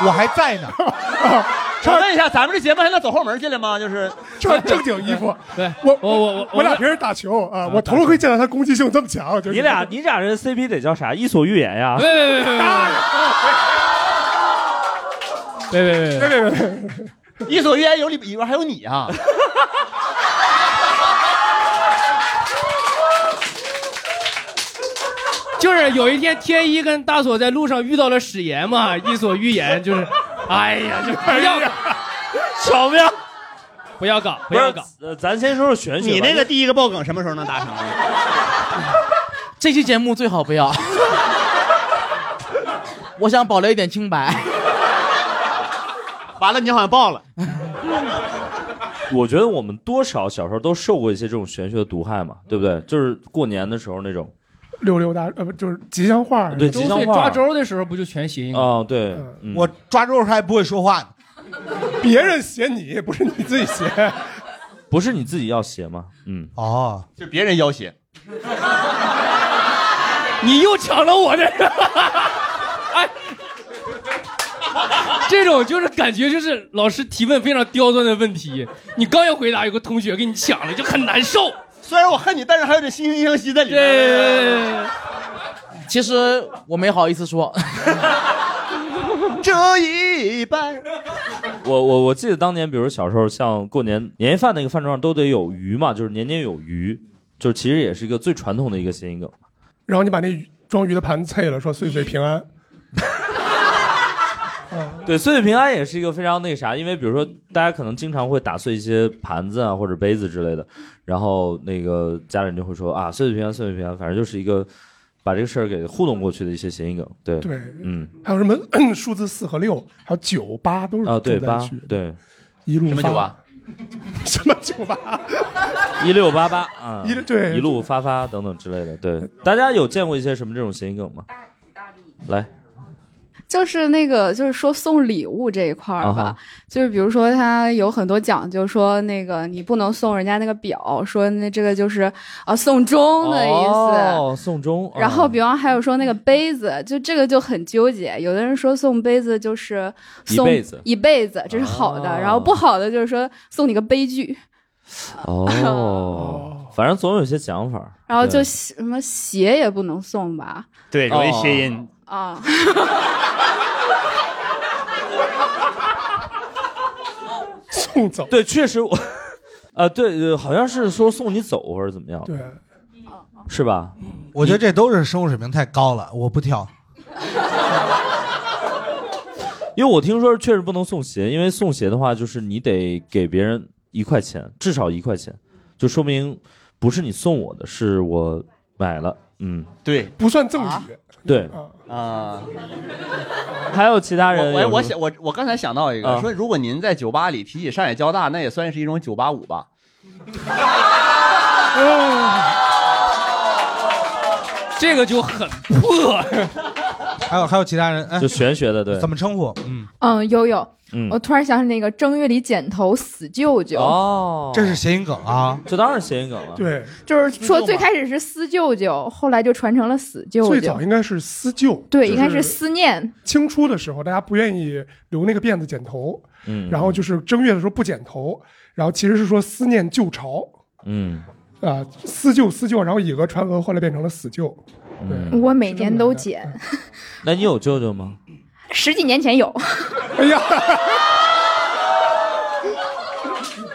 我还在呢。
我问一下，咱们这节目还能走后门进来吗？就是
穿正经衣服。
对，
我
我我我
我俩平时打球啊，我头一回见到他攻击性这么强。就是
你俩你俩人 CP 得叫啥？伊索寓言呀？
别别别别别别别
别别！
伊索寓言有里里边还有你啊！
就是有一天天一跟大锁在路上遇到了史炎嘛，伊索寓言 就是，哎呀，就不要搞，
巧妙，
不要搞，
不
要搞。
呃，咱先说说玄学吧。
你那个第一个爆梗什么时候能达成？
这期节目最好不要，我想保留一点清白。
完了，你好像爆了。
我觉得我们多少小时候都受过一些这种玄学的毒害嘛，对不对？就是过年的时候那种
溜溜达，呃，不就是吉祥话？
对吉祥话
抓周的时候不就全谐音？
啊，对，嗯
我抓周还不会说话呢，
别人写你，不是你自己写。
不是你自己要写吗？嗯，
哦，
就别人要挟。
你又抢了我这， 哎，这种就是感觉就是老师提问非常刁钻的问题，你刚要回答，有个同学给你抢了，就很难受。
虽然我恨你，但是还有点惺惺相惜在里面。
其实我没好意思说，
这一半，
我我我记得当年，比如小时候，像过年年夜饭那个饭桌上都得有鱼嘛，就是年年有余，就是其实也是一个最传统的一个谐音梗。
然后你把那鱼装鱼的盘碎了，说岁岁平安。
对，岁岁平安也是一个非常那啥，因为比如说大家可能经常会打碎一些盘子啊或者杯子之类的，然后那个家人就会说啊，岁岁平安，岁岁平安，反正就是一个把这个事儿给糊弄过去的一些谐音梗。对
对
嗯
还有什么 数字四和六，还有九八都是
啊，对
住在
八
一起
对
一路
什么
发
啊九八？
什么九八？
一六八八啊，
一对呃
一路发发等等之类的。对，大家有见过一些什么这种谐音梗吗？来，
就是那个，就是说送礼物这一块儿吧，
啊哈
就是比如说他有很多讲究，说那个你不能送人家那个表，说那这个就是啊送钟的意思。
哦，送终。
然
哦
后，比方还有说那个杯子，就这个就很纠结。有的人说送杯子就是
一
送
辈子
一辈子这是好的。然后不好的就是说送你个悲剧，
哦，反正总有些想法。
然后就
对
什么鞋也不能送吧？
对容易谐
音。
啊，
送走。
对，确实我，啊，对，呃好像是说送你走或者怎么样，
对，
是吧？
我觉得这都是生活水平太高了，我不挑。
因为我听说确实不能送鞋，因为送鞋的话，就是你得给别人一块钱，至少一块钱，就说明不是你送我的，是我买了。嗯，
对，
不算赠与。
对。
啊，
还有其他人有
我
什
我
么
我想我我刚才想到一个
啊，
说如果您在酒吧里提起上海交大，那也算是一种九八五吧。
这个就很破。
哦
还有还有其他人，哎，
就玄学的，对，
怎么称呼？嗯，
嗯，悠悠，
嗯
我突然想起那个正月里剪头死舅舅，
哦，
这是谐音梗啊，
这当然是谐音梗了。
对，
就是说最开始是思舅舅，后来就传成了死舅舅。
最早应该是思旧，
对，
就
应该是思念。
清初的时候，大家不愿意留那个辫子剪头，
嗯
然后就是正月的时候不剪头，然后其实是说思念旧朝
嗯，
啊，思旧思旧，然后以讹传讹，后来变成了死旧。
嗯
我每年都剪，
那你有舅舅吗？
十几年前有，
哎呀，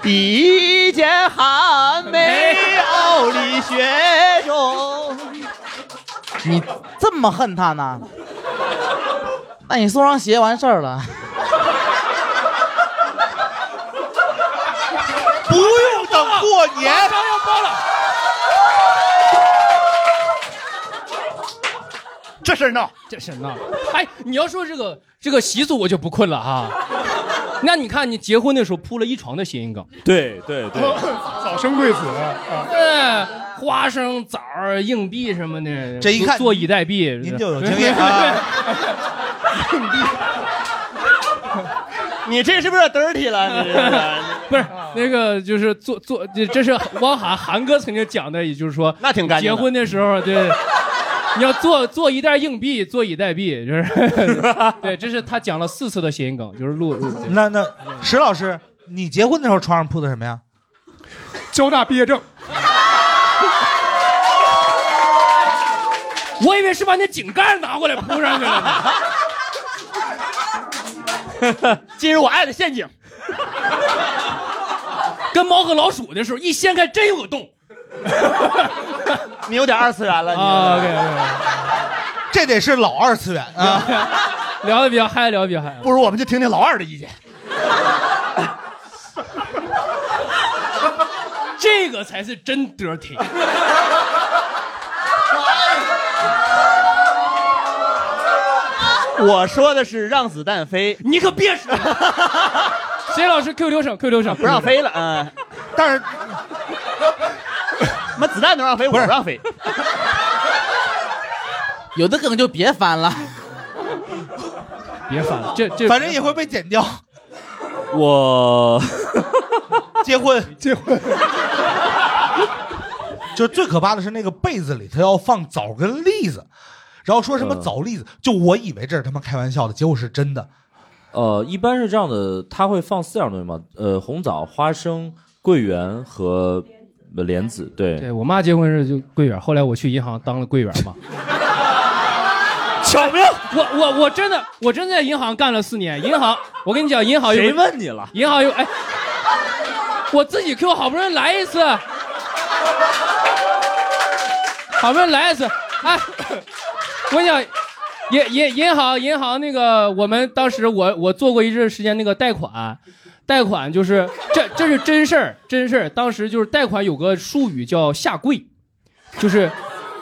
第一件寒梅傲立雪中。
你这么恨他 呢？那你送双鞋完事儿了，
不用等啊过年，马上要包了。
这事儿闹，
这事儿闹。哎，你要说这个这个习俗，我就不困了哈。 那你看，你结婚的时候铺了一床的谐音梗，
对对对，
早生贵子啊！
对，花生、枣儿、硬币什么的，
这一看
坐以待毙，
您就有
对
经验啊
你这是不是 dirty 了？你这是
不是那个，就是做做，这这是汪涵涵哥曾经讲的，也就是说，那挺
干净
结
的
婚的时候，对， 你要做做一袋硬币，坐以待毙，就是 对，这是他讲了四次的谐音梗，就是录录。
那那石老师，你结婚的时候床上铺的什么呀？
交大毕业证。
我以为是把那井盖拿过来铺上去了呢。
进入我爱的陷阱。
跟猫和老鼠的时候，一掀开真有洞。
你有点二次元了，你。
啊，OK，OK，
这得是老二次元啊，
聊的比较嗨，聊的比较嗨。
不如我们就听听老二的意见。
这个才是真 dirty。
我说的是让子弹飞，
你可别说。 谁老师 Q 流程？Q 流程
不让飞了啊！但 是，妈子弹能让飞，我不让飞。
有的梗就别翻了。
别翻了，这这
反正也会被剪掉。
我
结婚，结婚。 就最可怕的是那个被子里头要放枣跟栗子，然后说什么
嗯
枣栗子，就我以为这是他妈开玩笑的，结果是真的。
呃，一般是这样的，他会放四样东西嘛，呃，红枣、花生、桂圆和莲子，对，
对我妈结婚时就柜员，后来我去银行当了柜员嘛。
巧妙，
我我我真的我真的在银行干了四年。银行，我跟你讲，银行有
谁问你了？
银行有哎，我自己 Q 好不容易来一次，好不容易来一次，哎， 我跟你讲，银银银行银行那个，我们当时我我做过一阵时间那个贷款，贷款就是这这是真事儿真事儿，当时就是贷款有个术语叫下跪，就是。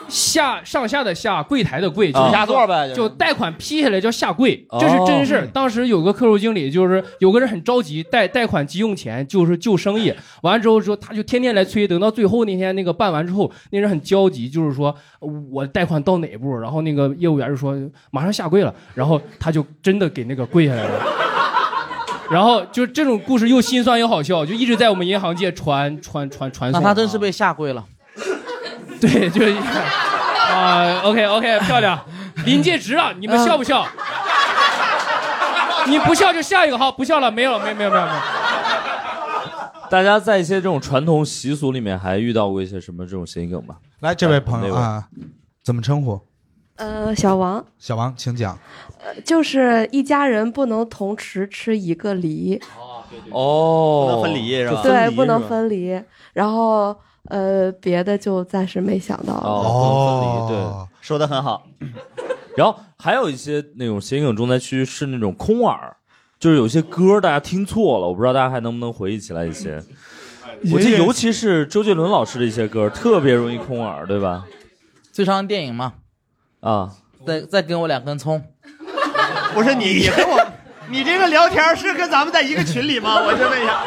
下上下的下，柜台的柜，就是
啊下座呗就是
就贷款批下来叫下跪，这是真事儿。
哦
当时有个客户经理，就是有个人很着急，贷贷款急用钱，就是救生意。完了之后之后，他就天天来催，等到最后那天那个办完之后，那人很焦急，就是说呃我贷款到哪步？然后那个业务员就说马上下跪了，然后他就真的给那个跪下来了。然后就是这种故事又心酸又好笑，就一直在我们银行界传传传传
那
颂。
他真是被吓跪了。
对，就是啊、o k OK，漂亮，临界值了，你们笑不笑？ 你不笑就下一个号，不笑了，没有，没有，没有，没有，没有。
大家在一些这种传统习俗里面还遇到过一些什么这种谐音梗吗？
来，这位朋友
哎那位
啊，怎么称呼？
呃，小王，呃
小王，请讲。
就是一家人不能同时吃一个梨，
哦，
不能分离是吧
对，不能分离。然后呃，别的就暂时没想到了。
哦，不能分离，对，
说的很好。
然后还有一些那种谐音梗重灾区是那种空耳，就是有些歌大家听错了，我不知道大家还能不能回忆起来一些。我记得尤其是周杰伦老师的一些歌，特别容易空耳，对吧？
最长的电影嘛，
啊，
再再给我两根葱。
不是你，你跟我， 你这个聊天是跟咱们在一个群里 吗？我就问一下。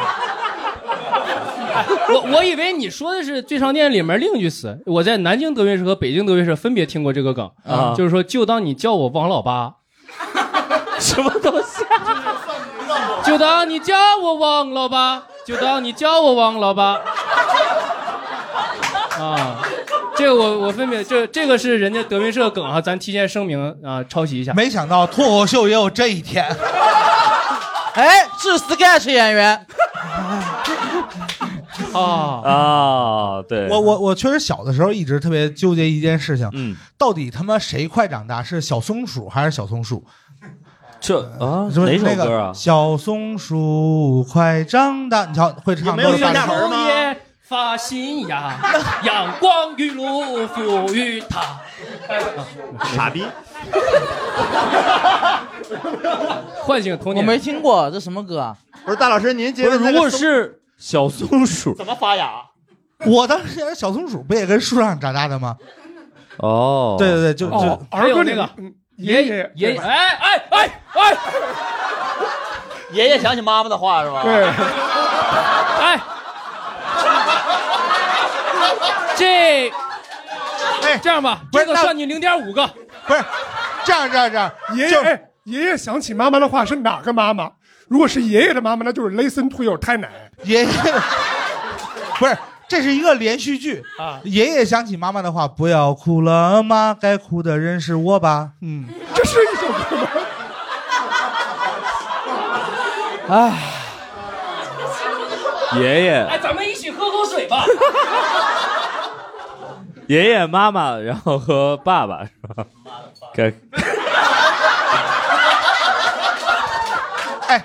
我我以为你说的是最商店里面另一句词，我在南京德云社和北京德云社分别听过这个梗，
啊
就是说就当你叫我王老 八，
什么东西？
就当你叫我王老八，就当你叫我王老八。啊，这个我我分别这这个是人家德云社梗啊，咱提前声明啊，抄袭一下。
没想到脱口秀也有这一 天。
哎，是 sketch 演员。
啊
啊，对，
我我我确实小的时候一直特别纠结一件事情，嗯，到底他妈谁快长大是小松鼠还是小松鼠？
这啊，
什么
哪
那
首
个
歌啊？
小松鼠快长大，你瞧会唱
没有
多少版
上
本？
头也发新芽，阳光雨露赋予它。
傻逼！
唤醒童年。
我没听过这什么歌啊？
不是大老师，您
接
如果是小松鼠
怎么发芽？
我当时小松鼠不也跟树上长大的吗？
哦，
对对对，就就
还有那个爷爷爷爷，哎哎哎哎，
爷爷想起妈妈的话是吧？
对哎，这，
哎，
这样吧，
这
个算你零点五个，
不是，这样这样这样，
爷爷哎爷爷想起妈妈的话是哪个妈妈？如果是爷爷的妈妈，那就是 listen to your 太奶。
爷爷不是，这是一个连续剧
啊
爷爷想起妈妈的话，不要哭了，妈，该哭的人是我吧？嗯，
这是一首歌吗？
哎，
爷
哎，
爷、
咱们一起喝口水 吧。
爷爷、妈妈，然后和爸爸是吧？该
哎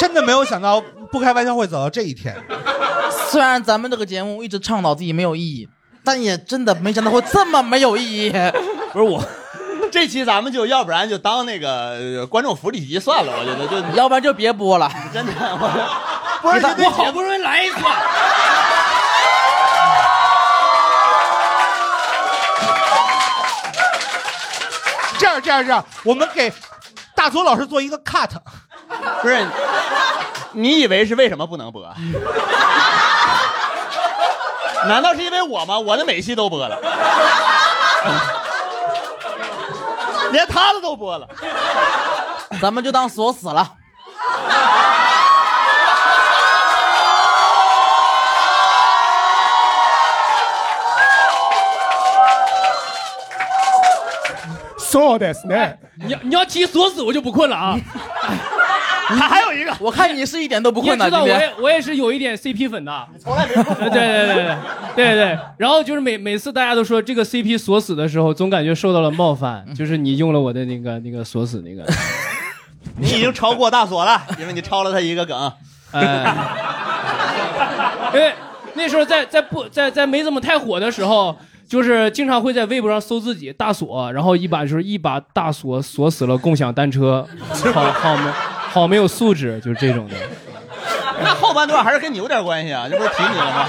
真的没有想到，不开玩笑会走到这一天。
虽然咱们这个节目一直倡导自己没有意义，但也真的没想到会这么没有意义。
不是我，
这期咱们就要不然就当那个呃观众福利集算了，我觉得就
要不然就别播 了，
真的，我不是
我好不容易来一次，
这样这样这样，我们给大左老师做一个 cut。
不是，你以为是为什么不能播？难道是因为我吗？我的每期都播了， 连他的都播了，
咱们就当锁死了。
So that's that。
你你要提锁死我就不困了啊！
他还有一个，
我看你是一点都不
你也
困
知
难。
道，
今
我
天
也我也是有一点 CP 粉 的，从来没对对对对对对。
然后就是每每次大家都说这个 CP 锁死的时候，总感觉受到了冒
嗯
犯，就是你用了我的那个那个锁死那个，
你已经超过大锁了，因为你抄了他一个梗。
哎 因为那时候在在不在在没怎么太火的时候， 就是经常会在微博上搜自己大锁，然后一把就是一把大锁锁死了共享 单车，好好没好没有素质，就是这种的。
那后半段还是跟你有点关系啊，这不是提你了吗？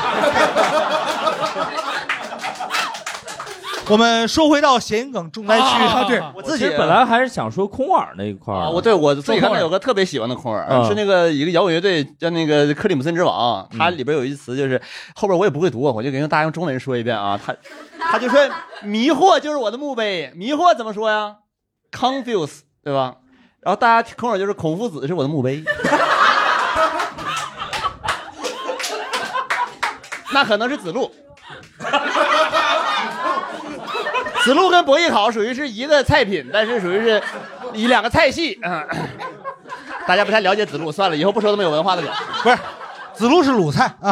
我们说回到谐音梗重灾区
啊对
我
我自己
其实本来还是 想说空耳那一块儿
啊，我对我自己刚才有个
个
特别喜欢的空耳，
嗯
是那个一个摇滚乐队叫那个克里姆森之王，它里边有一词就是后边我也不会读，啊我就给大家用中文说一遍啊，他他就说迷惑就是我的墓碑，迷惑怎么说呀？confuse 对吧？然后大家空耳就是孔夫子是我的墓碑， 那可能是子路。子路跟伯邑考属于是一个菜品，但是属于是一两个菜系。 嗯大家不太了解子路，算了，以后不说这么有文化的梗。
不是，子路是鲁菜 啊。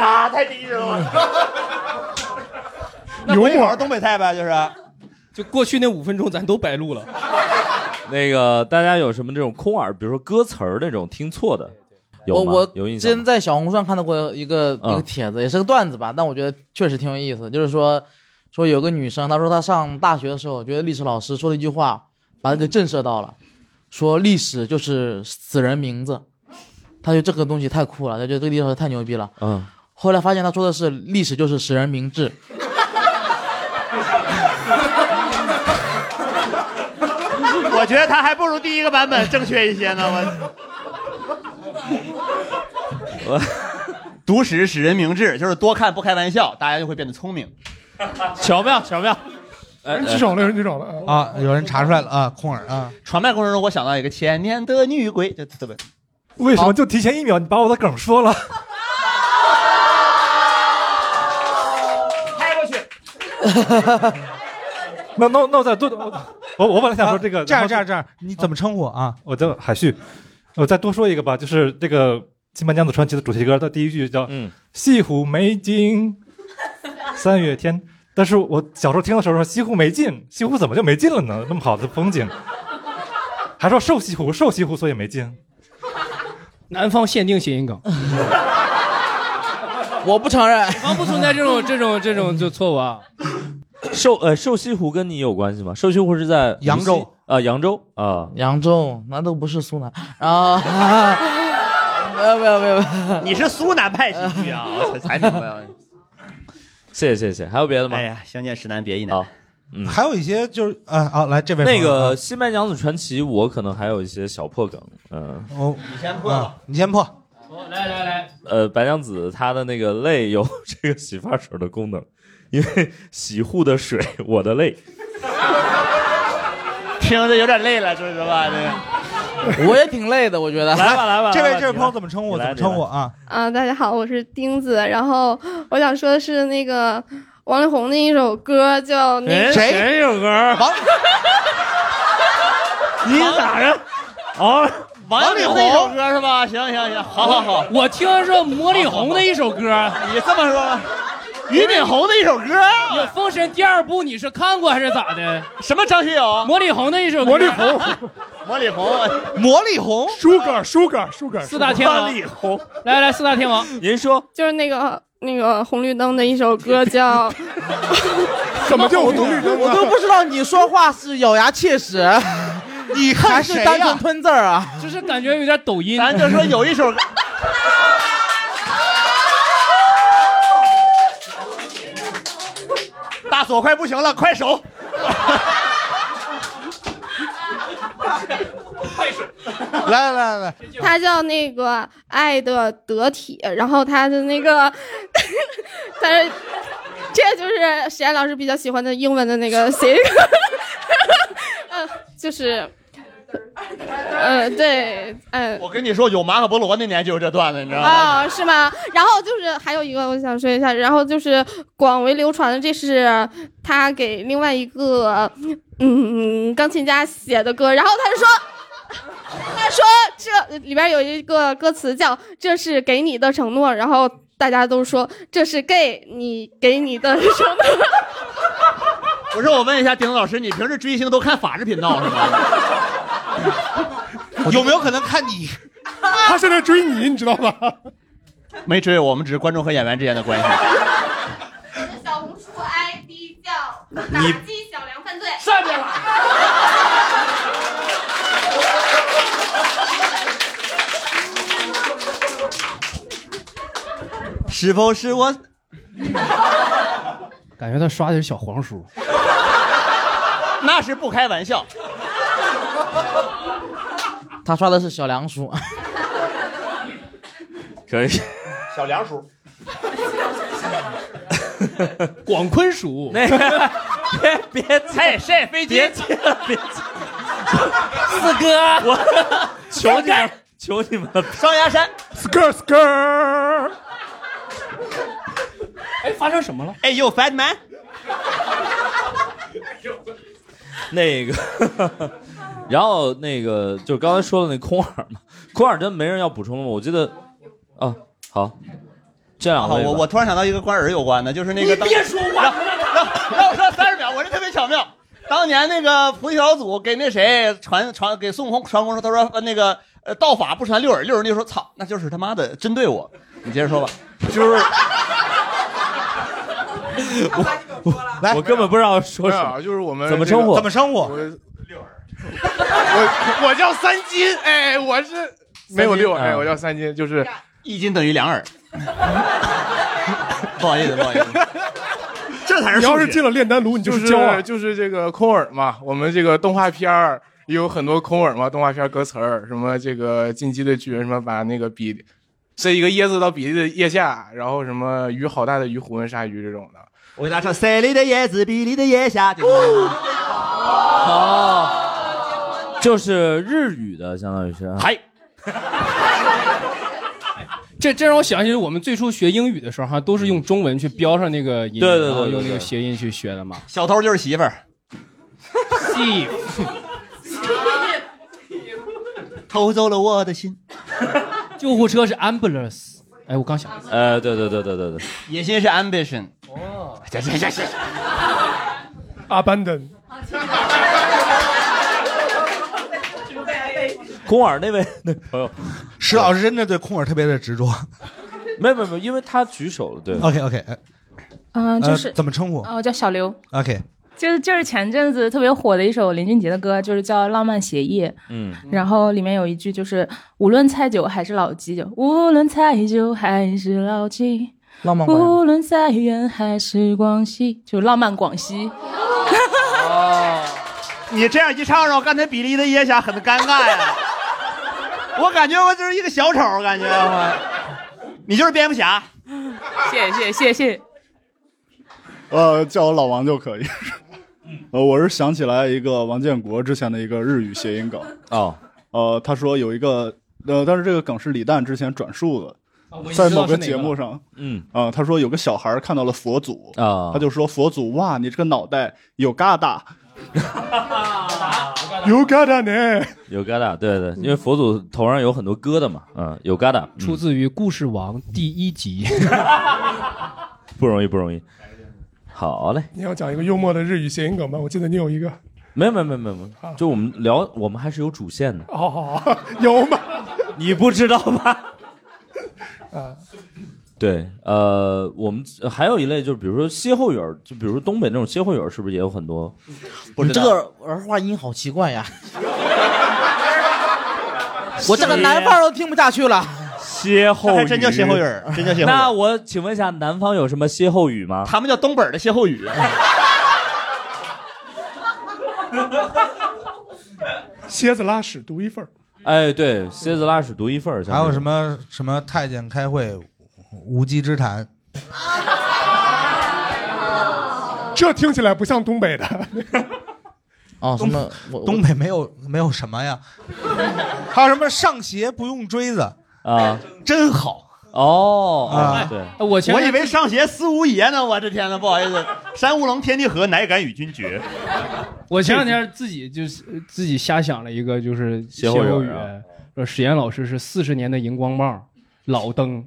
啊，太低了我。那伯邑考是东北菜呗，就是。
就过去那五分钟咱都白录了。
那个，大家有什么这种空耳，比如说歌词儿那种听错的，有
我
吗？
我
有印
之
象吗
前在小红书上看到过一个一个
嗯
帖子，也是个段子吧，但我觉得确实挺有意思的。就是说，说有个女生，她说她上大学的时候，觉得历史老师说了一句话，把她给震慑到了，说历史就是死人名字，她觉得这个东西太酷了，她觉得这个历史老师太牛逼了。
嗯，
后来发现她说的是历史就是使人明智，
我觉得他还不如第一个版 本正确一些呢。我
我
读史使人明智，就是多看不开玩笑，大家就会变得聪 明。呃
巧妙，巧妙。
哎
人举手了，有人举手了啊。
啊，有人查出来了啊，空耳啊。
传麦过程中，我想到一个千年的女鬼，这这不
为什么就提前
啊
一秒你把我的梗说了？
开过去，
那那 那我再多，我我本来想说这个。
啊这样这
然后
样这样，你怎么称呼啊？
我叫海旭，我再多说一个吧，就是这个《新白娘子传奇》的主题歌，它第一句叫“嗯，西湖美景三月天”，但是我小时候听的时候说西湖没进，西湖怎么就没进了呢？那么好的风景，还说瘦西湖，瘦西湖所以没进。
南方限定谐音梗，
我不承认，
南方不存在这种这种这种就错误啊。
瘦呃瘦西湖跟你有关系吗？瘦西湖是在
扬州
无锡啊，扬州啊，
扬州那都不是苏南啊。啊 没有没有没有，
你是苏南派喜剧啊，我才才明白了。
谢谢谢谢，还有别的吗？
哎呀，相见时难别亦难。
嗯，
还有一些就是啊啊，来这位朋
那
友
个《新白娘子传奇》，我可能还有一些小破梗，嗯、
哦，
你先
破、你先破。
来来来，
呃，白娘子她的那个泪有这个洗发水的功能，因为洗护的水，我的泪。
听着有点累了，说实话，这
我也挺累的，我觉得。
来吧来吧
这位
来吧
这位
你
朋友
来
怎么称呼我？
你
怎
来
么称呼啊？
啊、大家好，我是钉子。然后我想说的是，那个王力宏的一首歌叫
哎
那个
谁有歌？王，你咋哦着？
啊，
王力宏的一首歌是吧？行行行，好好好。
我听说魔力红的一首歌，
你这么说，俞敏洪的一首歌。
有《封神》第二部，你是看过还是咋的？
什么张学友？啊
魔力红的一首歌。
魔力红，
魔力红，
魔力红
舒格舒格舒格
四大天王魔力
红，
来来，四大天王，
您说
就是那个那个红绿灯的一首 歌叫
怎么就
我都我都不知道你说话是咬牙切 齿，
你
还
看
是
谁呀
单纯吞字儿啊？
就是感觉有点抖音。咱
就说有一首歌，大锁快不行了，快手。
来来来来，
它叫那个爱的得体，然后它的那个， 它这就是实验老师比较喜欢的英文的那个谐音梗， 嗯、就是，呃，对，嗯、
我跟你说，有马可波罗那年就有这段子，你知道吗？
啊、是吗？然后就是还有一个我想说一下，然后就是广为流传的，这是他给另外一个嗯钢琴家写的歌，然后他就说。 他说这里边有一个歌词叫“这是给你的承诺”，然后大家都说这是 gay 你给你的承 诺。
不是，我问一下丁子老师，你平时追星都看法制频道是 吗？
有没有可能看你？
他现在追你，你知道吧？
没追我，我们只是观众和演员之间的关系。
小红书 ID 叫
打你
击小梁犯罪。
上面了。
是否是我？
感觉他刷的是小黄书。
那是不开玩笑。
他刷的是小 梁叔，
可以。
小梁叔，
广坤叔，
那个别别，
哎，晒飞机，别
接了，别接
四哥，
我求你们，求你们了。
哎双鸭山
，skr skr。
哎，发生什么了？
哎呦，Fat Man，
那个， 然后那个就是刚才说的那空耳嘛，空耳真没人要补充了吗？我记得啊，好，这两
好，
位吧
我我突然想到一个关耳有关的，就是那个当
话，
让让我说三十秒，我这特别巧妙。当年那个菩提老祖给那谁传传给孙悟空传功时，他说呃那个呃道法不传六耳，六耳那时候操，那就是他妈的针对我。你接着说吧，就是
来，我根本不知道说什么，
就是我们
怎么称呼，
这个
称
我？我我叫三金，哎，我是 没有六，哎，我叫三金，就是
一斤等于两耳。 不好意思，不好意思，这才是
你要是
数学
进了炼丹炉，你
就是
是骄傲。
就是这个空耳嘛，我们这个动画片儿也有很多空耳嘛，动画片歌词儿什么这个进击的巨人什么把那个比塞一个椰子到比利的腋下，然后什么鱼好大的鱼虎纹鲨鱼这种的。
我给大家唱塞里的叶子，比利的叶下，就是
哦，就是日语的，相当于是。啊
嗨，
这这让我想起我们最初学英语的时候，哈，都是用中文去标上那个音，
对对对
然后
对对
用那个谐音去学的嘛。
小偷就是媳妇儿，
媳
偷走了我的心。
救护车是 ambulance。哎，我刚想，
呃，对对对对对对，
野心是 ambition。
哦，
行行行行，
abandon。
空 耳那位那朋友，
石老师真的对空耳特别的执着。
没没没，因为他举手了，对。
OK OK，
嗯，就是
怎么称呼
呃，我叫小刘，
？OK，
就是就是前阵子特别火的一首林俊杰的歌，就是叫《浪漫协议》。
嗯
然后里面有一句就是无论菜酒还是老鸡，就无论菜酒还是老鸡，
浪漫广西
无论再远还是广西，就浪漫广西。
你这样一唱，让我刚才比利的腋下很尴尬呀。我感觉我就是一个小丑，感觉我。
嗯
你就是蝙蝠侠，
谢谢谢谢谢。
呃，叫我老王就可以。 呃，我是想起来一个王建国之前的一个日语谐音梗
哦，
呃，他说有一个呃，但是这个梗是李诞之前转述的，在某个节目上，
嗯
啊、他说有个小孩看到了佛祖
啊
他就说佛祖哇，你这个脑袋有疙 瘩，有疙瘩呢。
有疙瘩，对对，因为佛祖头上有很多疙瘩嘛，嗯，有疙瘩，
出自于《故事王》第一集。
不容易，不容易。好嘞，
你要讲一个幽默的日语谐音梗吧？我记得你有一个。
没有没有没有没有，就我们聊，我们还是有主线的，
哦，好好，有吗？
你不知道吧？
啊，
对，呃，我们呃还有一类就是，比如说歇后语儿，就比如说东北那种歇后语儿，是不是也有很多？
你这个儿化音好奇怪呀！我这个南方人都听不下去了。
歇后
这
语，
还真叫歇后语儿真叫歇后语儿
那我请问一下，南方有什么歇后语吗？
他们叫东北的歇后语。
蝎子拉屎独一份儿。
哎，对，蝎子拉屎独一份儿，像
还有
这
什
种
么什么太监开会，无稽之谈。
这听起来不像东北的。
哦，
什么？东北没有没有什么呀？还有什么上学不用锥子
啊？
真好
哦
啊！
对，
我以为上邪思无邪呢，我这天呐，不好意思，山无棱，天地合，乃敢与君绝。
我前两天自己就是呃自己瞎想了一个，就是
歇后语啊
语，说史岩老师是四十年的荧光棒，老登。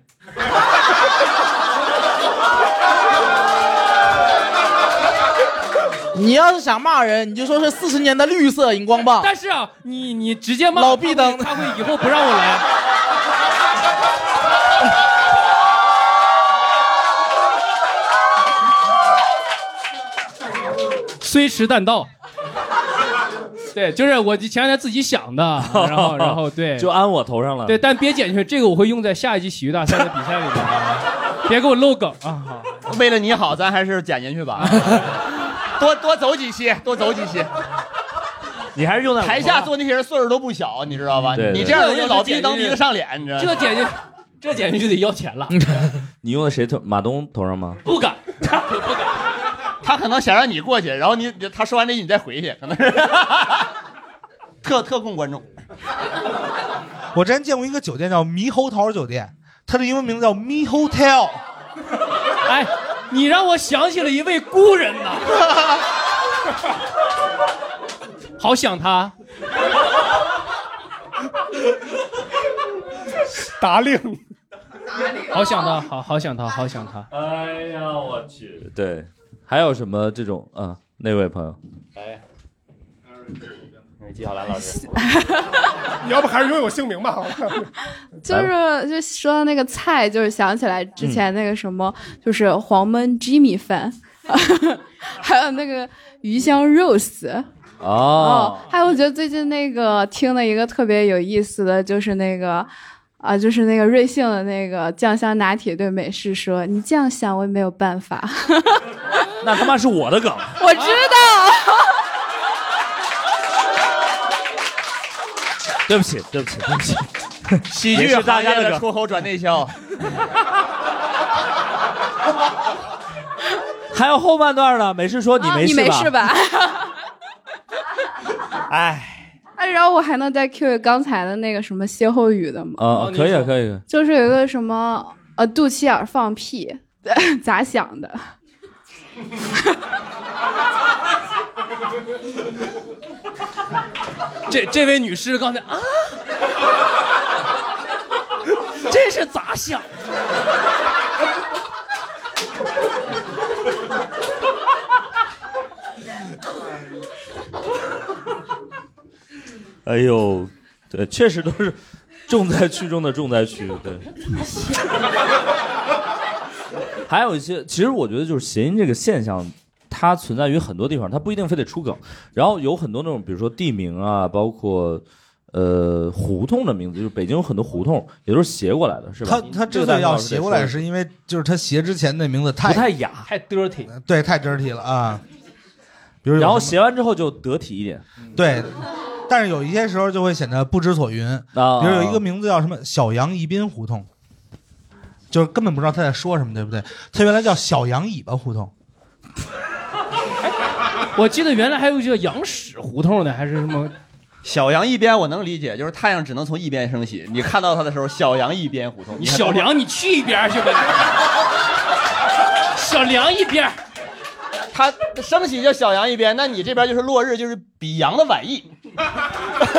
你要是想骂人，你就说是四十年的绿色荧光棒。但
是啊，你你直接骂
老壁灯，
他会以后不让我来。虽迟但 到。对，就是我前两天自己想的，然后然后 对，
就安我头上了。
对，但别剪去，这个我会用在下一季喜剧大赛的比赛里面啊，别给我漏梗啊！好
为了你 好，咱还是剪进去 吧，多多走几期，多走几期。
你还是用在我头
台
上
下坐那嗯些人岁数都不小，你知道吧？
对对
你这样容易老逼当鼻子上脸，你知道吗？
这 剪进，这剪进去得要钱了。
你用在谁头？马东头上吗？
不敢，
他可能想让你过去，然后你他说完这句你再回去，可能是特特供观众。
我之前见过一个酒店叫猕猴桃酒店，它的英文名字叫 Mi Hotel。
哎，你让我想起了一位故人呐，好想他。
达令，
好想他，好好想他，好想他。
哎呀，我去！对，还有什么这种啊？那位朋友，
来，纪晓岚老师，
你要不还是拥有姓名 吧？好吧。
就是就说到那个菜，就是想起来之前那个什么，就是黄焖鸡米饭，还有那个鱼香肉丝。
哦，
还有我觉得最近那个听了一个特别有意思的，就是那个。啊，就是那个瑞幸的那个酱香拿铁对美式说：“你这样想我也没有办法。
那他妈是我的梗。”
我知道，
对不起，对不起，对不起。
喜
也
剧
是大
行
家
业
的
的
梗
出口转内销。
还有后半段呢，美式说你没
啊 你
事吧？
没事吧？
哎，
哎，然后我还能再 Q 刚才的那个什么歇后语的吗？
啊，可以啊，可以啊。
就是有一个什么呃肚脐眼儿放屁， 咋想的？
这这位女士刚才啊，这是咋想的？
哎呦，对，确实都是 重灾区中的重灾区。对， 还有一些，其实我觉得就是谐音这个现象，它存在于很多地方，它不一定非得出梗。然后有很多那种，比如说地名啊，包括呃胡同的名字，就是北京有很多胡同也都是斜过来的，是吧？
他他之所以要斜过来，是因为就是他斜之前那名字太
不太雅，
太 dirty。
对，太 dirty 了啊。比如有
然后
什么
斜完之后就得体一点。
对，但是有一些时候就会显得不知所云。比如有一个名字叫什么“小羊宜宾胡同”，就是根本不知道他在说什么，对不对？他原来叫“小羊尾巴胡同
我记得原来还有一个羊屎胡同呢，还是什么？
小羊一边我能理解，就是太阳只能从一边升起。你看到它的时候，小羊一边胡同。你看
小梁，你去一边儿去吧。小梁一边，
它升起叫小羊一边，那你这边就是落日，就是比羊的晚意。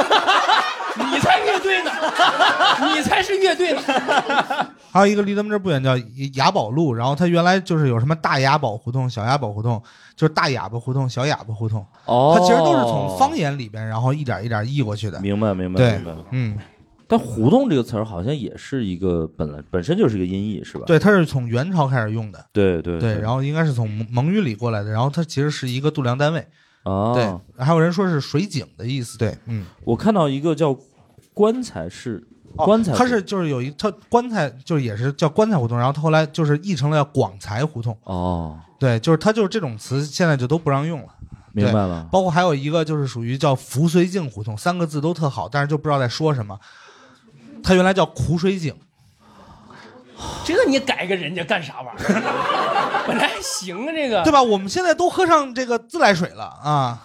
你才乐队呢，你才是乐队呢。”，
还有一个离咱们这儿不远叫雅宝路，然后他原来就是有什么大雅宝胡同、小雅宝胡同，就是大哑巴胡同、小哑巴胡同。
哦
它其实都是从方言里边，然后一点一点译过去的。
明白，明白，
对
明白。
嗯，
但胡同这个词儿好像也是一个本来本身就是一个音译，是吧？
对，它是从元朝开始用的。
对对
对，然后应该是从蒙蒙语里过来的，然后它其实是一个度量单位。
哦，
对，还有人说是水井的意思。对，嗯，
我看到一个叫棺材市，棺材市
哦它是就是有一它棺材就是也是叫棺材胡同，然后它后来就是译成了叫广财胡同。
哦，
对，就是它就是这种词现在就都不让用了。
明白
对
了
包括还有一个就是属于叫扶绥靖胡同，三个字都特好，但是就不知道在说什么。它原来叫苦水井，
这个你改个人家干啥玩意儿？ 本来还行啊，这个
对吧？我们现在都喝上这个自来水了啊。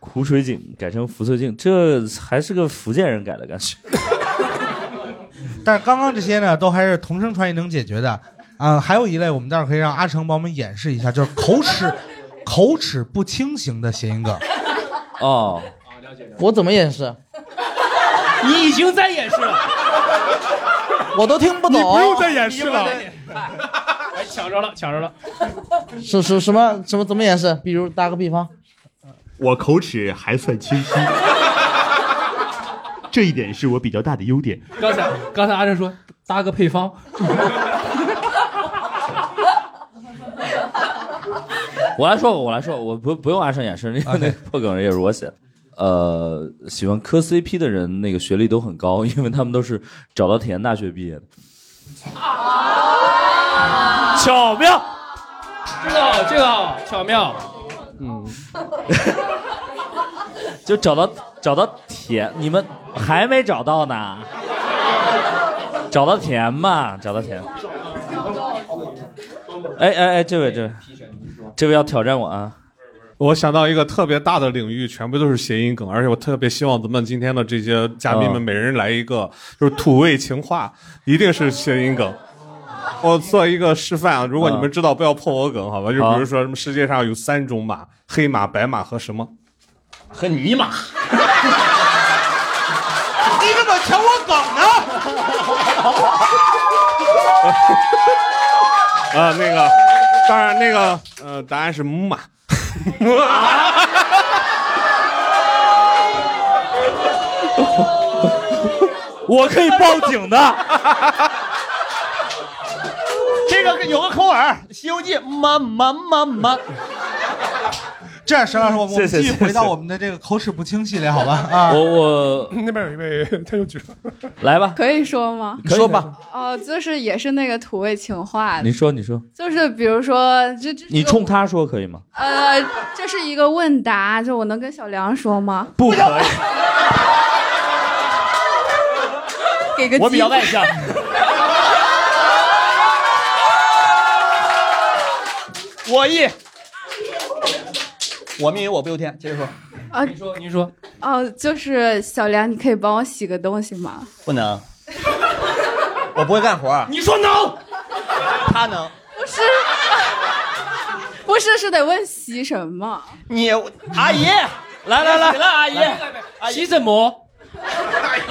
苦水井改成福翠井，这 还是个福建人改的感觉。
但是刚刚这些呢，都还是同声传译能解决的。啊，还有一类，我们待会儿可以让阿成帮我们演示一下，就是口齿 口齿不清型的谐音梗。
哦，
我怎么演示？
你已经在演示了，
我都听不懂。
哎，抢着了，抢着了。
什什什么什么怎么演示？比如打个比方，
我口齿还算清晰， 这一点是我比较大的优点。
刚才刚才阿正说搭个配方，
我来说吧，我来说，我不不用阿胜演 示，那个那个破梗也是我写的。呃，喜欢磕 CP 的人，那个学历都很高，因为他们都是找到体验大学毕业的。巧妙，
这个好这个好巧妙。
嗯， 就找到找到甜，你们还没找到呢，找到甜嘛，找到甜。哎哎哎，这位这位，这位要挑战我啊！
我想到一个特别大的领域，全部都是谐音梗，而且我特别希望咱们今天的这些嘉宾
啊
们每人来一个，就是土味情话，一定是谐音梗。我做一个示范啊，如果你们知道，不要破我梗，好吧？就比如说什么世界上有三种马，黑马、白马和什么？
和尼玛。
你怎么抢我梗 呢？
啊，那个，当然那个，呃，答案是木 马。
我可以报警的。
这个有个口吻儿，《西游记》妈妈妈妈。
这样，沈老师，我我们
谢谢
继续
谢谢
回到我们的这个口齿不清系列，好吧？啊，
我我
那边有一位，他又举了。
来吧，
可以说吗？
说吧，
哦，就是也是那个土味情话
你，说你说，
就是比如说，这这
你冲他说可以吗？
呃，这是一个问答，就我能跟小梁说吗？
不可以，
给个
我比
机
较
会
外向
我意，我命由我不由天。接着说，
啊，
您说您说，
哦，就是小梁，你可以帮我洗个东西吗？
不能，我不会干活。
你说能，
他能，
不是， 不是，是得问洗什么？
你阿姨，
来来来，
来阿姨
阿姨，洗怎么？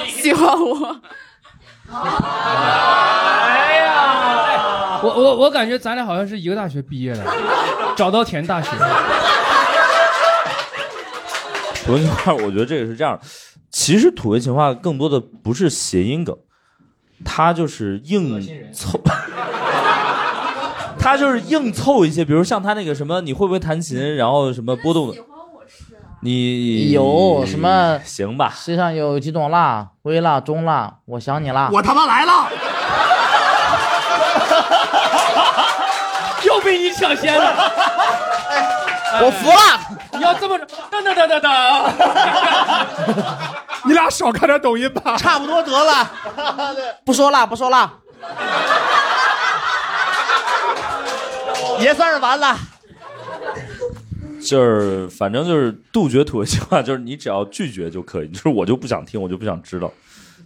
喜欢我？哎
我我我感觉咱俩好像是一个大学毕业的，找到田大学。
不用一块儿，我觉得这个是这样的，其实土味情话更多的不是谐音梗，它就是硬凑， 它就是硬凑一些，比如像他那个什么，你会不会弹琴，然后什么波动的，你
啊有什么
行吧？
世界上有几种辣？微辣、中辣，我想你辣。
我他妈来了！又被你抢先了，
我服了。
你要这么着，等等等等
啊
等，
你俩少看点抖音吧。
差不多得了，不说辣，不说辣，
也算是完了。
就是反正就是杜绝土味情话，就是你只要拒绝就可以，就是我就不想听，我就不想知道，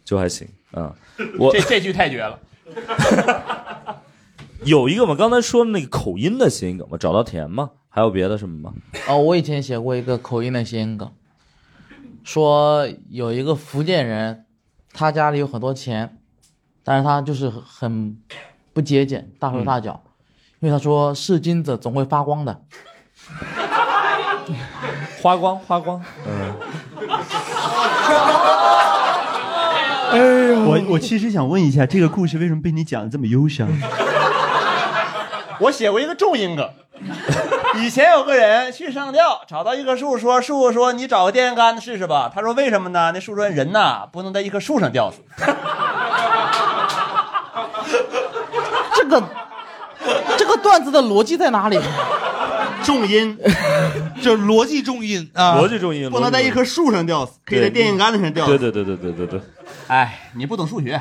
就还行啊、嗯。我
这这句太绝了。
有一个嘛，刚才说那个口音的谐音梗嘛，找到甜嘛，还有别的什么吗？
哦，我以前写过一个口音的谐音梗，说有一个福建人，他家里有很多钱，但是他就是很不节俭，大手大
嗯
脚，因为他说是金子总会发光 的，
嗯
花光花光，
嗯，
哎呦，
我我其实想问一下，这个故事为什么被你讲的这么忧伤？
我写过一个重音梗，以前有个人去上吊，找到一棵树说，树说你找个电线杆子试试吧。他说为什么呢？那树说人呐不能在一棵树上吊死。
这个这个段子的逻辑在哪里？
重 音，就是逻辑重音啊，
逻辑重音
不能在一棵树上吊死，可以在电线杆子上吊死。
对对对对对对对，
哎，你不懂数学。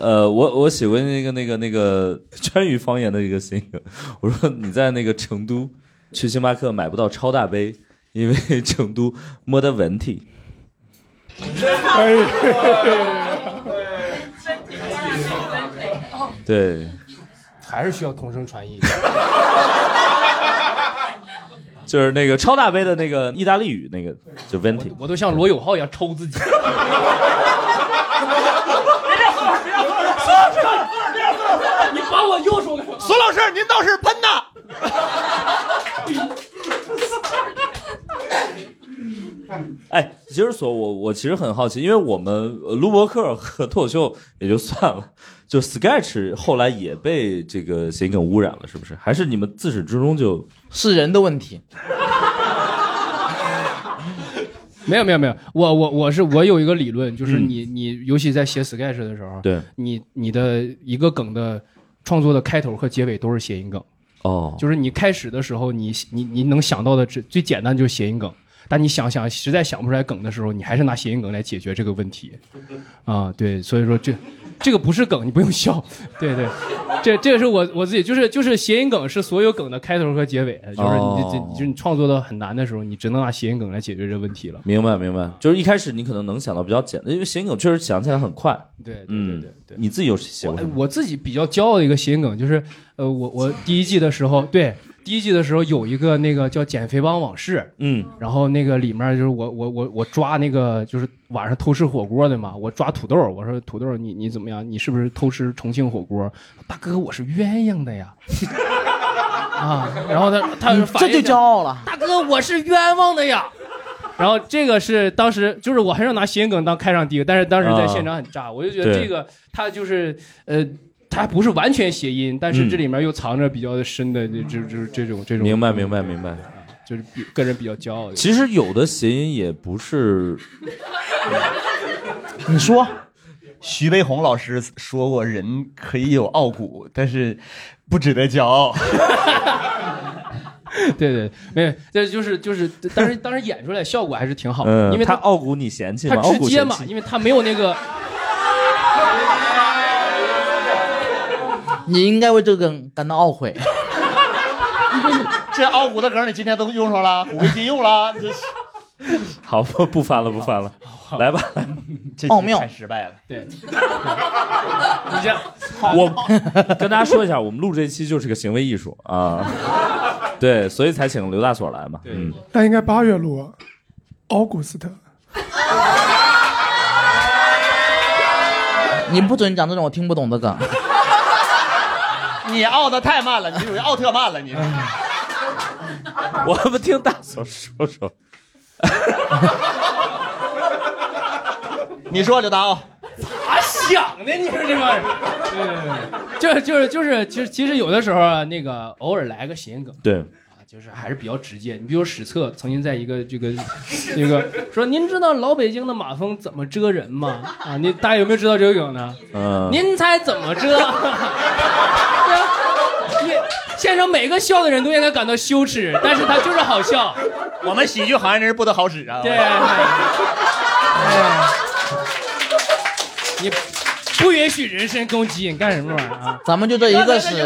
呃，我我写过那个那个那个 川渝方言的一个新梗，我说你在那个成都去星巴克买不到超大杯，因为成都没得文体。
哎呀，
哎
对，
还是需要同声传译。
就是那个超大杯的那个意大利语那个就 venti，
我都像罗永浩一样抽自己。你把我右手给我。
孙老师，您倒是喷 呐！
哎，其实所我我其实很好奇，因为我们呃录播课和脱口秀也就算了， 就 Sketch 后来也被这个谐音梗污染了，是不是？还是你们自始至终就是
人的问题？
没有没有没有，我我我是我有一个理论，就是你、你尤其在写 sketch 的时候，
对
你你的一个梗的创作的开头和结尾都是谐音梗，
哦，
就是你开始的时候你你你能想到的最最简单就是谐音梗，但你想想实在想不出来梗的时候，你还是拿谐音梗来解决这个问题，啊，对，所以说这这个不是梗，你不用笑，对对，这这个是我我自己就是就是谐音梗是所有梗的开头和结尾，就是你这这
哦
就是你创作的很难的时候，你只能拿谐音梗来解决这问题了。
明白明白，就是一开始你可能能想到比较简单，因为谐音梗确实想起来很快。
对对
嗯，你自己有写过
哎
什么？
我自己比较骄傲的一个谐音梗就是，呃，我我第一季的时候，对第一季的时候有一个那个叫减肥帮往事，
嗯，
然后那个里面就是我我我我抓那个就是晚上偷吃火锅的嘛，我抓土豆，我说土豆你你怎么样？你是不是偷吃重庆火锅？大哥，我是鸳鸯的呀。 啊，然后他他
你
反应
这就骄傲啊了，
大哥，我是冤枉的呀。然后这个是当时就是我很少拿谐音梗当开场第一个，但是当时在现场很炸，
啊
我就觉得
对
这个它就是呃，它不是完全谐音，但是这里面又藏着比较深的这这这这种这种，
嗯明白明白明白。
就是比个人比较骄傲。
其实有的谐音也不是，
你说，徐悲鸿老师说过，人可以有傲骨，但是不值得骄傲。
对对，没有，这就是就是，但是当时演出来效果还是挺好的，
嗯，
因为
他
它
傲骨你嫌弃吗？
它
傲
直
骨
接
嫌
嘛
弃，
因为它没有那个
你应该为这个梗感到懊悔。
这傲骨的梗你今天都用上了，古为今用了，这是
好不不翻了不翻了，来吧，
这奥妙太失败了。
对，
你
这
我 跟大家说一下，我们录这期就是个行为艺术 啊，对，所以才请刘大锁来嘛。嗯，
但应该八月录啊，August。
你不准讲这种我听不懂的梗。
你傲的太慢了，你属于奥特曼了，你。
嗯
我们听大所说说。
你说刘大奥，
咋想的？你说这玩意儿，就是就是就是，其实其实有的时候啊，那个偶尔来个谐音梗，啊
对，
就是还是比较直接。你比如史册曾经在一个这个 这个说，您知道老北京的马蜂怎么蛰人吗？啊，你大家有没有知道这个梗呢？
嗯，
您猜怎么蛰？你现场每个笑的人都应该感到羞耻，但是他就是好笑。
我们喜剧行业真是不得好使啊！
对，你不允许人身攻击，你干什么玩意儿啊？
咱们就这一个屎。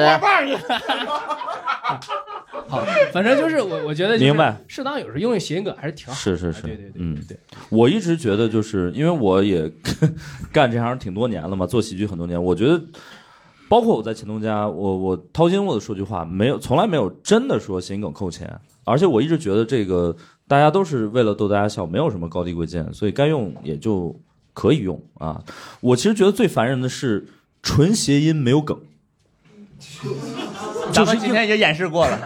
好，反正就是我，我觉得就是
明白
适当有时候用用谐音梗还是挺好。
是是是，啊对对对，嗯对，我一直觉得就是因为我也 干这行挺多年了嘛，做喜剧很多年，我觉得包括我在钱东家，我我掏心窝子说句话，没有从来没有真的说谐音梗扣钱，而且我一直觉得这个大家都是为了逗大家笑，没有什么高低贵贱，所以该用也就可以用啊。我其实觉得最烦人的是纯谐音没有梗。
咱们今天也演示过 了。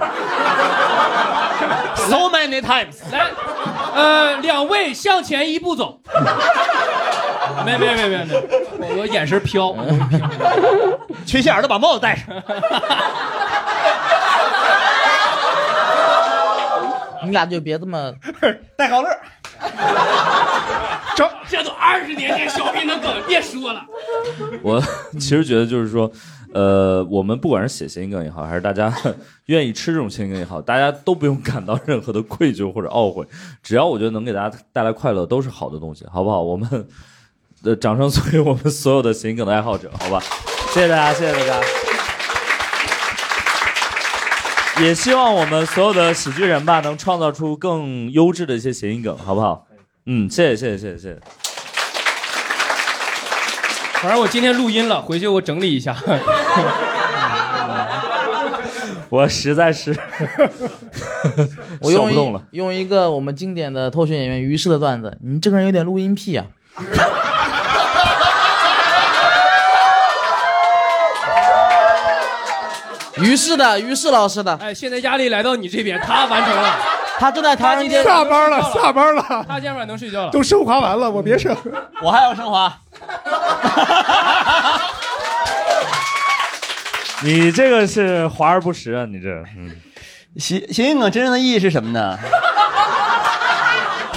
So many times，
来，呃，两位向前一步走。没没没没没，我我眼神飘，
缺心眼儿的把帽子 戴上。
你俩就别这么
戴高乐。
这
这都二十年前小品的梗，别说了。
我其实觉得就是说，呃，我们不管是写谐音梗也好，还是大家 愿意吃这种谐音梗也好，大家都不用感到任何的愧疚或者懊悔，只要我觉得能给大家带来快乐，都是好的东西，好不好？我们呃，掌声送给我们所有的谐音梗的爱好者，好吧？谢谢大家，谢谢大家。也希望我们所有的喜剧人吧，能创造出更优质的一些谐音梗，好不好？嗯，谢谢，谢谢，谢谢，谢谢。
反正我今天录音了，回去我整理一下。
我实在是
我
笑
用
不动了。
一用一个我们经典的脱选演员于适的段子，你这个人有点录音癖啊。于适的，于适老师的，
哎，现在压力来到你这边，他完成了，
他正在
他
唐
今天
人
晚
街
上能睡觉
下班了，
他今天晚上能睡觉了，
都升华完了，我别升。
我还要升华。
你这个是华而不实啊！你这，嗯，
谐谐音梗真正的意义是什么 呢？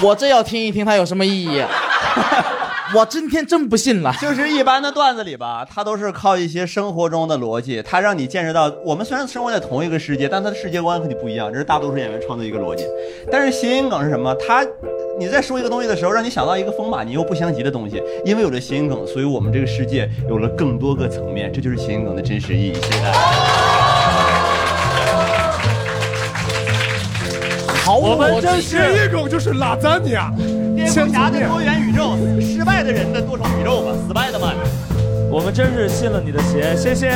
我这要听一听它有什么意
啊
义。 我今天真不信了。
就是一般的段子里吧，它都是靠一些生活中的逻辑，它让你见识到我们虽然生活在同一个世界，但它的世界观和你不一样，这是大多数演员创作一个逻辑。但是谐音梗是什么？它你在说一个东西的时候，让你想到一个风马牛不相及的东西，因为有了谐音梗，所以我们这个世界有了更多个层面，这就是谐音梗的真实意义。谢谢大家。
好，
我们真是一种就是拉赞尼亚，
蝙蝠侠的多元宇宙，失败的人的多重宇宙吧，Spiderman。
我们真是信了你的邪，谢谢，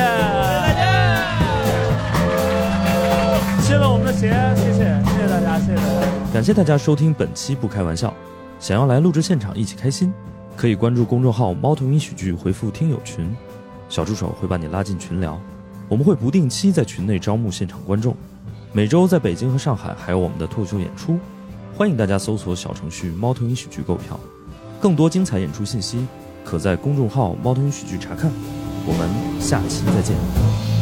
信了我们的邪，谢谢，谢谢大家，谢谢大家。感谢大家收听本期《不开玩笑》，想要来录制现场一起开心，可以关注公众号“猫头鹰喜剧”，回复“听友群”，小助手会把你拉进群聊。我们会不定期在群内招募现场观众，每周在北京和上海还有我们的脱口秀演出，欢迎大家搜索小程序“猫头鹰喜剧”购票。更多精彩演出信息，可在公众号“猫头鹰喜剧”查看。我们下期再见。